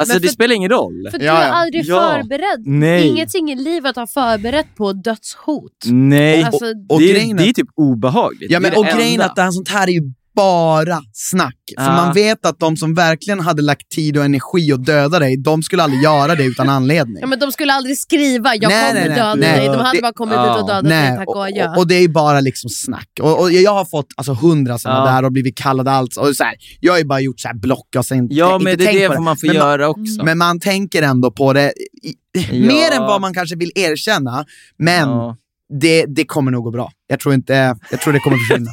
Speaker 3: Alltså
Speaker 4: men
Speaker 3: det
Speaker 4: för,
Speaker 3: spelar ingen roll.
Speaker 4: för du
Speaker 2: Ja,
Speaker 4: är
Speaker 2: ja.
Speaker 4: aldrig
Speaker 3: Ja.
Speaker 4: förberedd.
Speaker 3: Nej.
Speaker 4: Ingenting i livet har förberett på dödshot.
Speaker 3: Nej.
Speaker 4: Alltså,
Speaker 2: och
Speaker 3: det,
Speaker 2: grejen
Speaker 3: är,
Speaker 2: är-
Speaker 3: det är typ obehagligt.
Speaker 2: Ja, men,
Speaker 3: det är
Speaker 2: och
Speaker 3: det
Speaker 2: grejen är
Speaker 3: enda.
Speaker 2: att det här, sånt här är ju bara snack. För
Speaker 3: Ja.
Speaker 2: man vet att de som verkligen hade lagt tid och energi att döda dig, de skulle aldrig göra det utan anledning.
Speaker 4: ja, men de skulle aldrig skriva “jag
Speaker 2: Nej,
Speaker 4: kommer
Speaker 2: nej, nej.
Speaker 4: döda
Speaker 2: Nej.
Speaker 4: dig”. De hade
Speaker 2: Det-
Speaker 4: bara kommit
Speaker 3: Ja.
Speaker 4: ut och dödat dig,
Speaker 2: Nej,
Speaker 4: tack
Speaker 2: och,
Speaker 4: och adjö.
Speaker 2: och, och det är bara liksom snack. Och, och jag har fått alltså, hundra sådana
Speaker 3: Ja.
Speaker 2: där och blivit kallad allt. Och så här, jag har ju bara gjort så här block och sen
Speaker 3: Ja,
Speaker 2: inte
Speaker 3: men det
Speaker 2: tänkt
Speaker 3: är
Speaker 2: på
Speaker 3: det man får
Speaker 2: Men man-
Speaker 3: göra
Speaker 4: Mm.
Speaker 3: också.
Speaker 2: Men man tänker ändå på det, i,
Speaker 3: Ja.
Speaker 2: mer än vad man kanske vill erkänna. Men
Speaker 3: Ja.
Speaker 2: det, det kommer nog gå bra. Jag tror, inte, jag tror det kommer försvinna.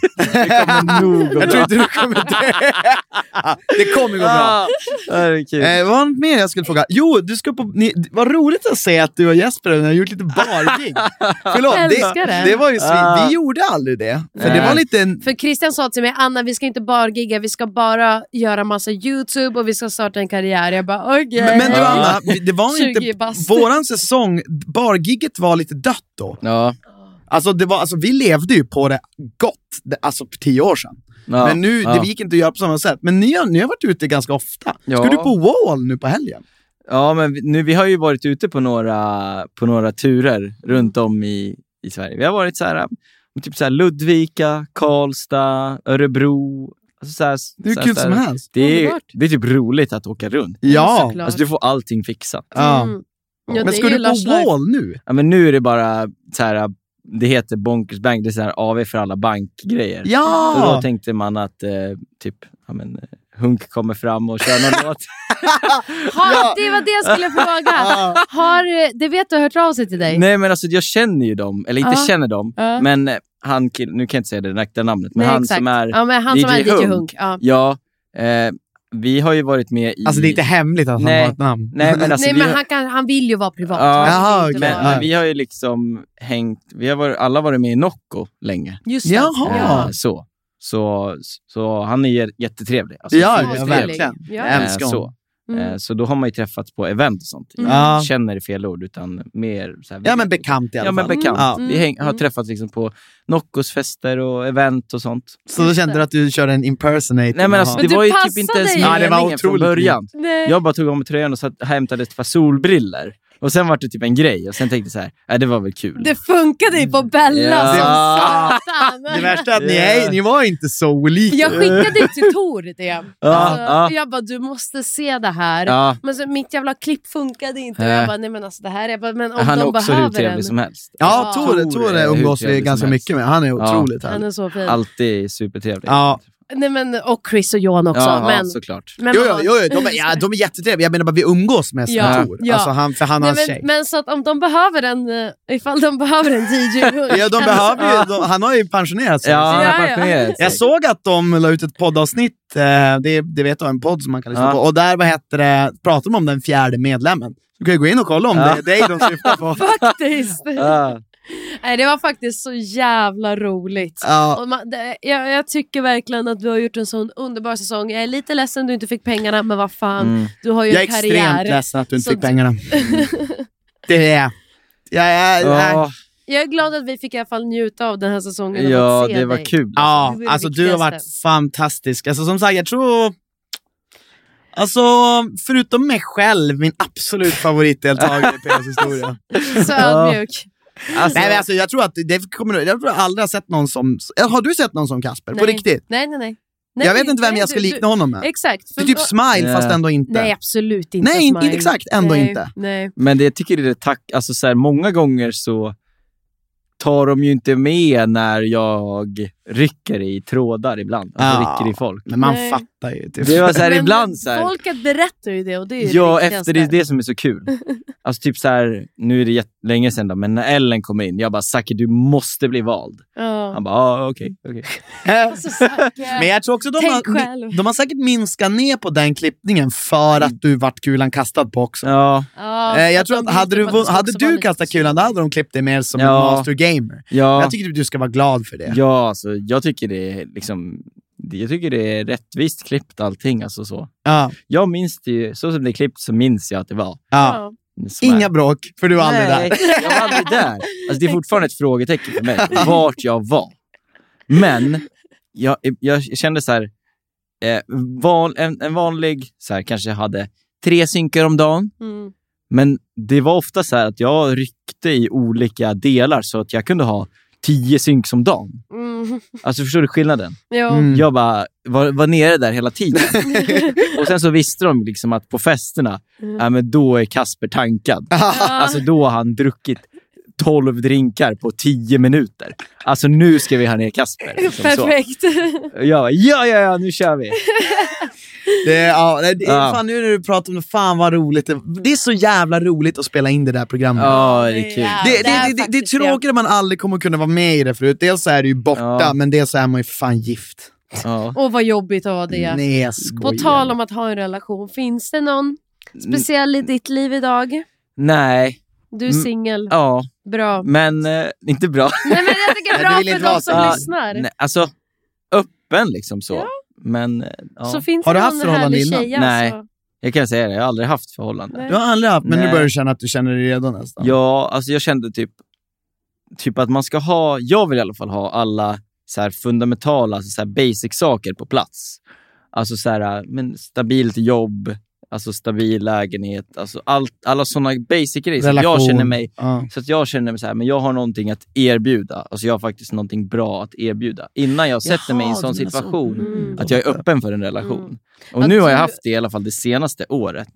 Speaker 3: kommer nog gå
Speaker 2: jag tror inte du kommer dö. Ja, det kommer gå bra.
Speaker 3: Ah, det här är kul.
Speaker 2: Eh, vad var det mer jag skulle fråga? Jo, du ska på, ni, vad roligt att se att du och Jesper har gjort lite bargig. Förlåt,
Speaker 4: Älskar det.
Speaker 2: det, det var ju svin.
Speaker 3: Ah.
Speaker 2: Vi gjorde aldrig det. För det
Speaker 3: Nej.
Speaker 2: var lite... en-
Speaker 4: För Christian sa till mig, Anna vi ska inte bara gigga, vi ska bara göra massa YouTube och vi ska starta en karriär. Jag bara okej.
Speaker 2: Men,
Speaker 4: Mm,
Speaker 2: men du Anna, det var
Speaker 4: 20
Speaker 2: inte...
Speaker 4: bast.
Speaker 2: Våran säsong, bargigget var lite dött då.
Speaker 3: Ja,
Speaker 2: Alltså, det var, alltså vi levde ju på det gott, det- alltså för tio år sedan.
Speaker 3: ja,
Speaker 2: men nu,
Speaker 3: ja.
Speaker 2: det gick inte att göra på samma sätt. Men ni har, ni har varit ute ganska ofta.
Speaker 3: Ja.
Speaker 2: Ska du på Wall nu på helgen?
Speaker 3: Ja, men vi, nu, vi har ju varit ute på några, på några turer runt om i, i Sverige. Vi har varit så här, äh, typ så här Ludvika, Karlstad, Örebro. Alltså så här,
Speaker 2: Det är
Speaker 3: så
Speaker 2: hur
Speaker 3: här,
Speaker 2: kul
Speaker 3: så här.
Speaker 2: som helst.
Speaker 3: Det är,
Speaker 4: Underbart.
Speaker 3: det är typ roligt att åka runt.
Speaker 2: Ja.
Speaker 4: såklart.
Speaker 3: Alltså, du får allting fixat.
Speaker 2: ja.
Speaker 4: Mm. Ja,
Speaker 2: Men
Speaker 4: det
Speaker 2: ska
Speaker 4: är ju
Speaker 2: du på
Speaker 4: Lars Life.
Speaker 2: Wall nu?
Speaker 3: Ja, men nu är det bara så här, äh, det heter Bonkers Bank, det är så här AV för alla bankgrejer. Så då
Speaker 2: Ja!
Speaker 3: tänkte man att eh, typ, ja, men, eh, Hunk kommer fram och kör någon låt.
Speaker 4: Har, Det var det jag skulle fråga.
Speaker 2: Ja.
Speaker 4: Har, eh, det vet du har hört av sig till dig?
Speaker 3: Nej men alltså jag känner ju dem, eller inte
Speaker 4: Ja.
Speaker 3: känner dem,
Speaker 4: Ja.
Speaker 3: men eh, han kill- nu kan jag inte säga det rätta namnet, men
Speaker 4: Nej,
Speaker 3: han
Speaker 4: exakt.
Speaker 3: som är,
Speaker 4: ja, men han som
Speaker 3: DJ
Speaker 4: är DJ Hunk.
Speaker 3: Hunk.
Speaker 4: Ja.
Speaker 3: ja, eh, vi har ju varit med i...
Speaker 2: Alltså det är inte hemligt att han
Speaker 3: Nej.
Speaker 2: har ett namn.
Speaker 3: Nej men alltså
Speaker 4: Nej,
Speaker 3: vi
Speaker 4: men
Speaker 3: har-
Speaker 4: han, kan, han vill ju vara privat.
Speaker 3: Ja.
Speaker 4: Han
Speaker 2: Jaha,
Speaker 4: vill inte
Speaker 2: okej.
Speaker 3: men,
Speaker 4: vara-
Speaker 3: men vi har ju liksom hängt, vi har varit, alla varit med i Nocco länge.
Speaker 4: Just det.
Speaker 2: Jaha.
Speaker 3: Eh, så. Så, så han är jä- jättetrevlig. Alltså,
Speaker 2: Ja,
Speaker 3: supertrevlig.
Speaker 2: ja, verkligen.
Speaker 4: Ja.
Speaker 2: Jag älskar
Speaker 3: Eh,
Speaker 2: honom.
Speaker 3: så.
Speaker 4: Mm.
Speaker 3: Eh, så då har man ju träffats på event och sånt.
Speaker 4: Mm.
Speaker 2: Ja.
Speaker 3: Känner är fel ord, utan mer... Så här,
Speaker 2: Ja men bekant i alla
Speaker 3: Ja,
Speaker 2: fall.
Speaker 3: men bekant. Mm,
Speaker 2: Ja.
Speaker 4: Mm,
Speaker 3: Vi häng, har träffats liksom på Noccos fester och event och sånt.
Speaker 2: Så då kände du att du körde en impersonator?
Speaker 3: Nej men alltså,
Speaker 4: Men
Speaker 3: det
Speaker 4: du
Speaker 3: var ju typ
Speaker 4: passade
Speaker 3: inte ens
Speaker 4: ju. Ja, det
Speaker 2: var
Speaker 3: meningen från
Speaker 2: otroligt
Speaker 3: början.
Speaker 4: Nej.
Speaker 3: Jag bara tog av mig tröjan och satt, hämtade ett par solbriller Och sen var det typ en grej och sen tänkte jag så här, äh, det var väl kul.
Speaker 4: Det funkade ju på Bella
Speaker 3: Ja.
Speaker 4: som
Speaker 2: Det
Speaker 4: satan.
Speaker 2: värsta är att ni, är, ni var inte så olika.
Speaker 4: Jag skickade till Tor det.
Speaker 3: Ja,
Speaker 4: Alltså,
Speaker 3: ja.
Speaker 4: Jag bara, du måste se det här.
Speaker 3: Ja.
Speaker 4: Men så, mitt jävla klipp funkade inte. Och
Speaker 3: Nej.
Speaker 4: Jag bara, nej men alltså det här. Jag bara, men om
Speaker 3: Han är
Speaker 4: de
Speaker 3: också hur
Speaker 4: behöver
Speaker 3: trevlig
Speaker 4: den.
Speaker 3: som helst.
Speaker 2: Ja,
Speaker 4: Ja.
Speaker 2: Tore, Tore
Speaker 3: Tore är hur
Speaker 2: umgås vi
Speaker 3: trevlig som
Speaker 2: ganska
Speaker 3: helst.
Speaker 2: mycket med. Han är otroligt
Speaker 4: Han
Speaker 2: härlig.
Speaker 4: är så fin.
Speaker 3: Alltid supertrevlig.
Speaker 2: Ja.
Speaker 4: Nej, men, och Chris och Johan också.
Speaker 3: ja, ja,
Speaker 4: men,
Speaker 3: såklart.
Speaker 4: men
Speaker 2: Jo,
Speaker 4: man
Speaker 2: jo,
Speaker 4: har-
Speaker 2: jo, jo, de, är, ja, de är jättetrevliga. Jag menar bara vi umgås mest
Speaker 4: Ja,
Speaker 2: med Tor.
Speaker 4: ja.
Speaker 2: Alltså han, för han har
Speaker 4: Nej,
Speaker 2: en
Speaker 4: men,
Speaker 2: tjej.
Speaker 4: men så att om de behöver en, eh, ifall de behöver en DJ-hunk.
Speaker 2: Ja, de behöver ju, de, han har ju pensionerat sig.
Speaker 3: Ja, han
Speaker 4: Ja,
Speaker 3: har
Speaker 4: ja.
Speaker 3: pensionerat sig.
Speaker 2: Jag såg att de la ut ett poddavsnitt, eh, det, det vet jag, en podd som man kan lyssna
Speaker 3: Ja.
Speaker 2: på. Och där vad heter det, pratade de om den fjärde medlemmen. Du kan ju gå in och kolla om
Speaker 3: Ja.
Speaker 2: det är dig de syftar på.
Speaker 4: Faktiskt. Ah.
Speaker 3: Ja.
Speaker 4: Nej, det var faktiskt så jävla roligt.
Speaker 2: Ja.
Speaker 4: Och man, det, jag, jag tycker verkligen att du har gjort en sån underbar säsong. Jag är lite ledsen du inte fick pengarna, men vad
Speaker 3: Mm.
Speaker 4: fan. Du har ju
Speaker 2: Mm. Jag är
Speaker 4: en
Speaker 2: extremt
Speaker 4: karriär.
Speaker 2: ledsen att du inte
Speaker 4: Så
Speaker 2: fick
Speaker 4: d-
Speaker 2: pengarna. Det är jag. Jag är... nej.
Speaker 4: Ah,
Speaker 3: Ja,
Speaker 4: Jag är glad att vi fick i alla fall njuta av den här säsongen. och
Speaker 3: ja,
Speaker 4: att se
Speaker 3: det var
Speaker 4: dig.
Speaker 3: kul.
Speaker 2: Ja,
Speaker 4: Det är det
Speaker 2: alltså du har
Speaker 4: viktigaste.
Speaker 2: varit fantastisk. Alltså som sagt, jag tror... Alltså, förutom mig själv, min absolut favoritdeltagare i PS historia.
Speaker 4: Så
Speaker 3: Ja.
Speaker 4: ödmjuk.
Speaker 3: Alltså,
Speaker 2: Nej, men alltså, jag tror att det kommer... nog- Jag tror jag aldrig har sett någon som... Eh, Har du sett någon som Kasper? På
Speaker 4: Nej.
Speaker 2: riktigt?
Speaker 4: Nej, nej, nej. nej
Speaker 2: Jag vet inte vem
Speaker 4: nej,
Speaker 2: jag ska
Speaker 4: du-
Speaker 2: likna honom med.
Speaker 4: du, Exakt.
Speaker 2: Det
Speaker 4: För-
Speaker 2: är typ smile fast
Speaker 3: Ja.
Speaker 2: ändå inte.
Speaker 4: nej, absolut inte.
Speaker 2: Nej, inte
Speaker 4: Smile.
Speaker 2: exakt, ändå
Speaker 4: nej,
Speaker 2: inte.
Speaker 4: Nej.
Speaker 3: Men det, jag tycker det är tack, alltså så här, många gånger så tar de ju inte med när jag rycker i trådar ibland. Alltså
Speaker 2: Ja.
Speaker 3: rycker i folk.
Speaker 2: Men man
Speaker 4: Nej.
Speaker 2: fattar ju. Typ.
Speaker 3: Det var så här
Speaker 4: Men
Speaker 3: ibland så här.
Speaker 4: Folket berättar ju det och det är ju
Speaker 3: Ja,
Speaker 4: det viktigaste.
Speaker 3: efter det är det som är så kul. Alltså typ så här, nu är det jätt- länge sedan då, men när Ellen kom in, jag bara “Zacke, du måste bli vald”.
Speaker 4: Ja.
Speaker 3: Han bara “Ah, okej, okej”.
Speaker 4: Alltså, Zacke.
Speaker 2: Men jag tror också de
Speaker 4: Tänk
Speaker 2: har,
Speaker 4: själv. Mm.
Speaker 2: de har säkert minskat ner på den klippningen för att du vart kulan kastad på också.
Speaker 3: Ja,
Speaker 4: Ja,
Speaker 2: Eh, jag
Speaker 4: att
Speaker 2: tror
Speaker 4: de
Speaker 2: att hade
Speaker 4: visste
Speaker 2: du,
Speaker 4: på att det
Speaker 2: vun-
Speaker 4: skulle
Speaker 2: hade
Speaker 4: också vara
Speaker 2: du
Speaker 4: lite
Speaker 2: kastat
Speaker 4: synd.
Speaker 2: kulan, då hade de klippt dig mer som en
Speaker 3: Ja.
Speaker 2: master gamer.
Speaker 3: ja,
Speaker 2: Jag tycker att du ska vara glad för det.
Speaker 3: ja alltså, jag tycker det är liksom, det- jag tycker det är rättvist klippt allting. Alltså så.
Speaker 2: Ja,
Speaker 3: Jag minns det ju, så som det är klippt så minns jag att det var.
Speaker 2: ja. Inga bråk, för du var aldrig
Speaker 3: Nej,
Speaker 2: där.
Speaker 3: jag var aldrig där. Alltså, det är fortfarande ett frågetecken för mig, vart jag var. Men jag, jag kände så här, eh, van, en, en vanlig, så här, kanske jag hade tre synkar om dagen,
Speaker 4: Mm.
Speaker 3: men det var ofta så här att jag ryckte i olika delar så att jag kunde ha tio synks om dagen.
Speaker 4: Mm.
Speaker 3: Alltså förstår du skillnaden?
Speaker 4: Jo.
Speaker 2: Mm.
Speaker 3: Jag bara var, var nere där hela tiden. och sen så visste de liksom att på festerna,
Speaker 2: Mm.
Speaker 3: ja, men då är Kasper tankad.
Speaker 4: Ah.
Speaker 3: Alltså då har han druckit 12 drinkar på 10 minuter. Alltså nu ska vi ha ner Kasper. Liksom så.
Speaker 4: Perfekt.
Speaker 3: Och Jag bara, ja, ja, ja, nu kör vi.
Speaker 2: Det, ja, nej, det,
Speaker 3: Ja.
Speaker 2: Fan, nu när du pratar om det, fan vad roligt. Det, det är så jävla roligt att spela in det där programmet.
Speaker 3: Ja, det är kul.
Speaker 4: Ja,
Speaker 2: Det, det,
Speaker 4: det är
Speaker 2: det, det, det är
Speaker 4: faktiskt det.
Speaker 2: tråkigt att man aldrig kommer kunna vara med i det förut. Dels så är det ju borta,
Speaker 3: Ja.
Speaker 2: men dels så är man ju fan gift.
Speaker 3: Ja.
Speaker 4: Och vad jobbigt att vara det.
Speaker 2: Nej, jag
Speaker 4: På
Speaker 2: skojar.
Speaker 4: tal om att ha en relation, finns det någon
Speaker 3: Mm.
Speaker 4: speciell i ditt liv idag?
Speaker 3: Nej,
Speaker 4: Du är
Speaker 3: Mm.
Speaker 4: singel,
Speaker 3: ja,
Speaker 4: bra.
Speaker 3: men eh, inte bra.
Speaker 4: Nej men jag tycker det
Speaker 2: Nej, du
Speaker 4: är
Speaker 2: vill
Speaker 4: bra
Speaker 2: inte
Speaker 4: för
Speaker 2: vara
Speaker 4: de som
Speaker 3: så-
Speaker 4: lyssnar.
Speaker 3: Nej, alltså, öppen liksom så. Men eh, ja.
Speaker 4: Så finns
Speaker 2: Har
Speaker 4: det
Speaker 2: du haft
Speaker 4: någon
Speaker 2: förhållande
Speaker 4: härlig
Speaker 2: innan?
Speaker 4: tjej
Speaker 3: Nej.
Speaker 4: Alltså.
Speaker 3: jag kan säga det, jag har aldrig haft förhållande.
Speaker 4: Nej.
Speaker 2: Du har aldrig haft, men nu
Speaker 3: Nej.
Speaker 2: börjar du känna att du känner dig redo nästan.
Speaker 3: Ja, alltså jag kände typ, typ att man ska ha, jag vill i alla fall ha alla så här fundamentala, alltså så här basic saker på plats. Alltså så här, men stabilt jobb, alltså stabil lägenhet, alltså allt, alla sådana basic grejer. Så att jag
Speaker 2: Relation.
Speaker 3: känner mig
Speaker 2: Ja.
Speaker 3: så att jag känner mig så här, men jag har någonting att erbjuda. Alltså jag har faktiskt någonting bra att erbjuda. Innan jag sätter mig i en
Speaker 2: Jaha,
Speaker 3: sån
Speaker 2: du menar så.
Speaker 3: situation,
Speaker 4: Mm.
Speaker 3: att jag är öppen för en relation.
Speaker 4: Mm.
Speaker 3: Och
Speaker 4: Att
Speaker 3: nu har jag
Speaker 4: du-
Speaker 3: haft det i alla fall det senaste året.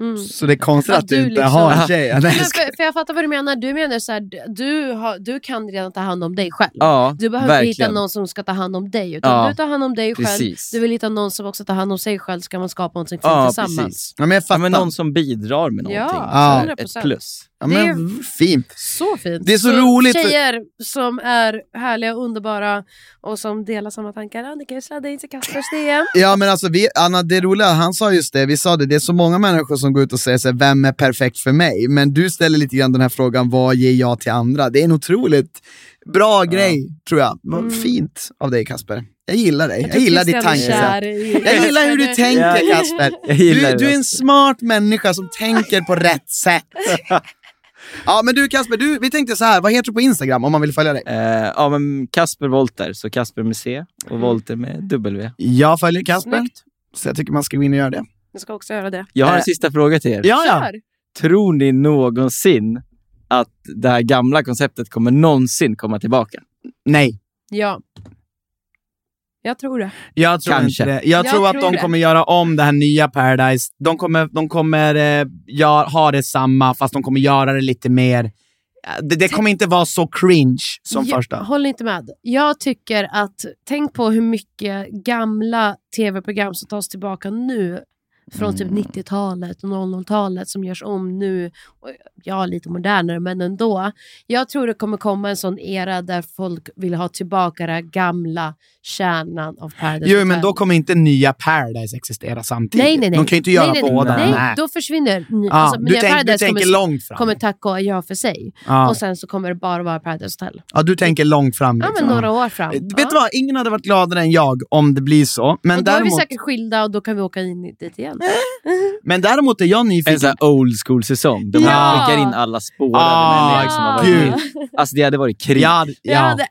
Speaker 4: Mm.
Speaker 2: Så det är konstigt att,
Speaker 4: Att
Speaker 2: du
Speaker 4: du
Speaker 2: inte
Speaker 4: liksom-
Speaker 2: har en tjej. Nej, jag
Speaker 4: Men
Speaker 2: skojar.
Speaker 4: För, för jag fattar vad du menar. Du menar så här, d- du, har, du kan redan ta hand om dig själv.
Speaker 3: Ja,
Speaker 4: Du behöver
Speaker 3: verkligen.
Speaker 4: inte hitta någon som ska ta hand om dig. Utan
Speaker 3: Ja.
Speaker 4: du tar hand om dig själv.
Speaker 3: Precis.
Speaker 4: Du vill hitta någon som också tar hand om sig själv så kan man skapa någonting fint
Speaker 3: ja,
Speaker 4: tillsammans.
Speaker 3: precis.
Speaker 2: Ja, men jag
Speaker 3: Ja,
Speaker 2: fattar.
Speaker 3: men någon som bidrar med
Speaker 4: Ja,
Speaker 3: någonting.
Speaker 2: Ja.
Speaker 3: Så Ett
Speaker 4: 100%.
Speaker 3: plus.
Speaker 2: ja, men,
Speaker 4: det är-
Speaker 2: v- Fint.
Speaker 4: Så fint.
Speaker 2: Det är så roligt för-
Speaker 4: Tjejer som är härliga och underbara och som delar samma tankar. Ja, Ni kan ju sladda in till Kaspers DM.
Speaker 2: Ja men alltså vi, Anna, det roliga, han sa just det, vi sa det, det är så många människor som går ut och säger så här, vem är perfekt för mig? Men du ställer lite grann den här frågan, vad ger jag till andra? Det är en otroligt bra grej, tror jag. Vad Fint av dig Kasper. Jag gillar dig, jag, gillar ditt
Speaker 4: Christian
Speaker 2: tankesätt.
Speaker 4: är kär i-
Speaker 2: Jag gillar hur du tänker
Speaker 3: Ja.
Speaker 2: Kasper.
Speaker 3: Jag gillar
Speaker 2: Du,
Speaker 3: det
Speaker 2: du är en
Speaker 3: också.
Speaker 2: smart människa som tänker på rätt sätt. Ja men du Kasper, du, vi tänkte så här, vad heter du på Instagram om man vill följa dig?
Speaker 3: Eh, ja, men Kasper Volter, så Kasper med C och
Speaker 2: Mm.
Speaker 3: Volter med W.
Speaker 2: Jag följer Kasper,
Speaker 4: Snyggt.
Speaker 2: så jag tycker man ska gå in och göra det.
Speaker 4: Jag ska också göra det.
Speaker 3: Jag har
Speaker 2: Eh,
Speaker 3: en sista fråga till er.
Speaker 2: Ja,
Speaker 4: Kör!
Speaker 3: Tror ni någonsin att det här gamla konceptet kommer någonsin komma tillbaka?
Speaker 2: Nej.
Speaker 4: Ja. Jag tror det.
Speaker 2: Jag tror
Speaker 3: Kanske.
Speaker 2: inte det. Jag, tror att de
Speaker 4: det.
Speaker 2: kommer göra om det här nya Paradise. De kommer, de kommer eh, gör, ha det samma, fast de kommer göra det lite mer... eh, Det, det kommer inte vara så cringe som
Speaker 4: jag
Speaker 2: första.
Speaker 4: håller inte med. Jag tycker att, tänk på hur mycket gamla tv-program som tas tillbaka nu från
Speaker 2: Mm.
Speaker 4: typ 90-talet och 00-talet som görs om nu. Och, Ja, lite modernare, men ändå. Jag tror det kommer komma en sån era där folk vill ha tillbaka den här gamla kärnan av Paradise
Speaker 2: Jo, men
Speaker 4: Hotel.
Speaker 2: då kommer inte nya Paradise existera samtidigt.
Speaker 4: Nej, nej, nej.
Speaker 2: De kan ju inte göra
Speaker 4: nej, nej,
Speaker 2: båda.
Speaker 4: Nej, nej, då försvinner... ni-
Speaker 2: Ja,
Speaker 4: alltså,
Speaker 2: du,
Speaker 4: nya
Speaker 2: tänk, du
Speaker 4: Paradise
Speaker 2: tänker
Speaker 4: kommer,
Speaker 2: långt fram. Ah.
Speaker 4: kommer tacka och ja för sig.
Speaker 2: Ja.
Speaker 4: Och sen så kommer det bara vara Paradise Hotel.
Speaker 2: ja, du tänker långt fram.
Speaker 4: Ja,
Speaker 2: liksom.
Speaker 4: men några år fram.
Speaker 2: Eh, Vet
Speaker 4: ja.
Speaker 2: du vad? Ingen hade varit gladare än jag om det blir så. Men,
Speaker 4: och då är vi
Speaker 2: däremot,
Speaker 4: säkert skilda och då kan vi åka in i- dit igen.
Speaker 2: men däremot är jag
Speaker 3: En sån
Speaker 2: nyfiken.
Speaker 3: här old school-säsong. Där
Speaker 4: Ja.
Speaker 3: man skickar in alla spårade
Speaker 2: Ah,
Speaker 3: människor som har varit
Speaker 2: gud.
Speaker 3: med. Alltså det hade varit krig.
Speaker 2: Ja,
Speaker 4: Jag
Speaker 2: ja.
Speaker 4: hade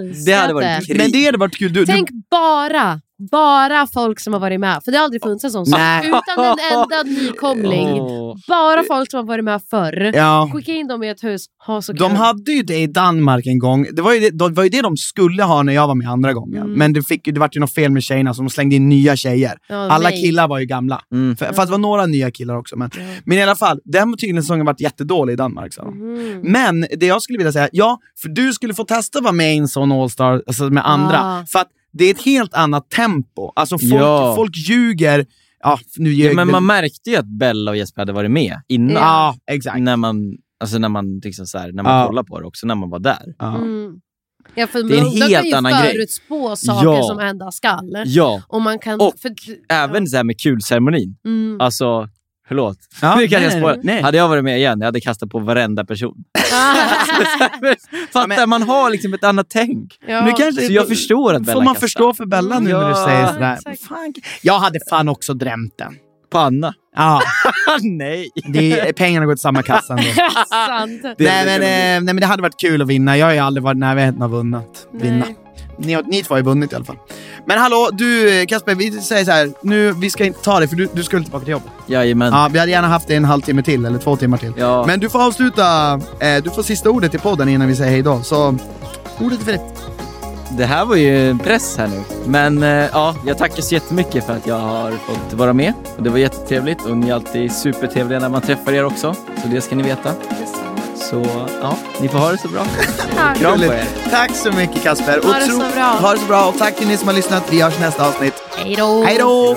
Speaker 4: älskat det.
Speaker 3: Det hade varit krig.
Speaker 2: Men det hade varit kul. Du, du,
Speaker 4: Tänk bara, bara folk som har varit med. För det har aldrig funnits en sån sak.
Speaker 2: Nej.
Speaker 4: Utan en enda nykomling.
Speaker 3: Åh.
Speaker 4: Bara folk som har varit med förr.
Speaker 2: ja.
Speaker 4: Skicka in dem i ett hus, ha så kul.
Speaker 2: De hade ju det i Danmark en gång. Det var ju det, det, var ju det de skulle ha när jag var med andra gången.
Speaker 4: Mm.
Speaker 2: Men det, fick, ju- det var ju något fel med tjejerna, så de slängde in nya tjejer.
Speaker 4: Ja,
Speaker 2: Alla
Speaker 4: nej.
Speaker 2: killar var ju gamla.
Speaker 3: Mm.
Speaker 2: F- Fast det var några nya killar också. Men,
Speaker 4: Ja.
Speaker 2: men i alla fall, den tydligen säsongen varit jättedålig i Danmark. Så.
Speaker 4: Mm.
Speaker 2: Men det jag skulle vilja säga, ja, för du skulle få testa att vara med i en sån All-star alltså med andra.
Speaker 4: Ah.
Speaker 2: För att det är ett helt annat tempo. Alltså folk,
Speaker 3: Ja.
Speaker 2: folk ljuger. Ja, nu ljög
Speaker 3: Ja, men
Speaker 2: väl-
Speaker 3: man märkte ju att Bella och Jesper hade varit med innan.
Speaker 2: Ja, exakt.
Speaker 3: När man, alltså när man, liksom så här, när man
Speaker 2: Ja.
Speaker 3: kollade på det också, när man var där.
Speaker 2: Ja.
Speaker 4: Mm. Ja, för
Speaker 3: Det är en
Speaker 4: de- de kan
Speaker 3: helt
Speaker 4: ju
Speaker 3: annan grej.
Speaker 4: förutspå saker
Speaker 3: Ja.
Speaker 4: som hända skall.
Speaker 3: Ja,
Speaker 4: Och man kan...
Speaker 3: Och
Speaker 4: för,
Speaker 3: även så här med kulceremonin.
Speaker 4: Mm.
Speaker 3: Alltså, förlåt.
Speaker 2: Ja,
Speaker 3: nu kan jag
Speaker 2: nej,
Speaker 3: spåra.
Speaker 2: nej.
Speaker 3: Hade jag varit med igen, jag hade kastat på varenda person. Fattar,
Speaker 2: men-
Speaker 3: man har liksom ett annat tänk.
Speaker 4: Ja.
Speaker 2: Nu kanske,
Speaker 3: Så jag förstår att
Speaker 2: Får
Speaker 3: Bella
Speaker 2: man
Speaker 3: kastar.
Speaker 2: förstå för Bella nu när du
Speaker 3: Ja,
Speaker 2: säger sådär?
Speaker 4: exakt.
Speaker 2: Fan, jag hade fan också drämt den.
Speaker 3: Panna.
Speaker 2: Ja,
Speaker 3: Ah, Nej.
Speaker 2: det är, pengarna går till samma kassa ändå.
Speaker 4: sant.
Speaker 2: nej, men, eh, nej men det hade varit kul att vinna. Jag har ju aldrig varit i närheten av vunnit. Vinna.
Speaker 4: Nej.
Speaker 2: Ni, har- ni två har ju vunnit i alla fall. Men hallå, du eh, Kasper, vi säger så här. Nu, vi ska inte ta dig för du, du skulle tillbaka till jobbet.
Speaker 3: Jajamän.
Speaker 2: Ja, vi hade gärna haft dig en halvtimme till eller två timmar till.
Speaker 3: Ja.
Speaker 2: Men du får avsluta. Eh, du får sista ordet i podden innan vi säger hej då. Så ordet är fritt.
Speaker 3: Det här var ju en press här nu. Men eh, ja, jag tackar så jättemycket för att jag har fått vara med. Och det var jättetrevligt och ni är alltid supertrevliga när man träffar er också. Så det ska ni veta. Så ja, ni får ha det så bra. Kram på er.
Speaker 2: Tack så mycket Kasper.
Speaker 4: Ha det så
Speaker 2: Otro-
Speaker 4: bra.
Speaker 2: Ha det så bra. Och tack till ni som har lyssnat. Vi hörs nästa avsnitt.
Speaker 4: Hej då.
Speaker 2: Hej då!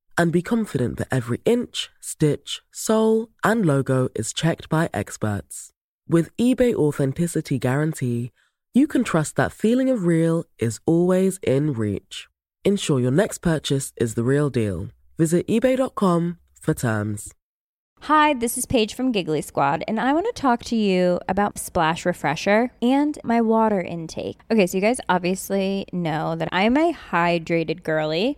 Speaker 6: and be confident that every inch, stitch, sole, and logo is checked by experts. With eBay Authenticity Guarantee, you can trust that feeling of real is always in reach. Ensure your next purchase is the real deal. Visit eBay.com for terms.
Speaker 7: Hi, this is Paige from Giggly Squad, and I want to talk to you about Splash Refresher and my water intake. Okay, so you guys obviously know that I'm a hydrated girly,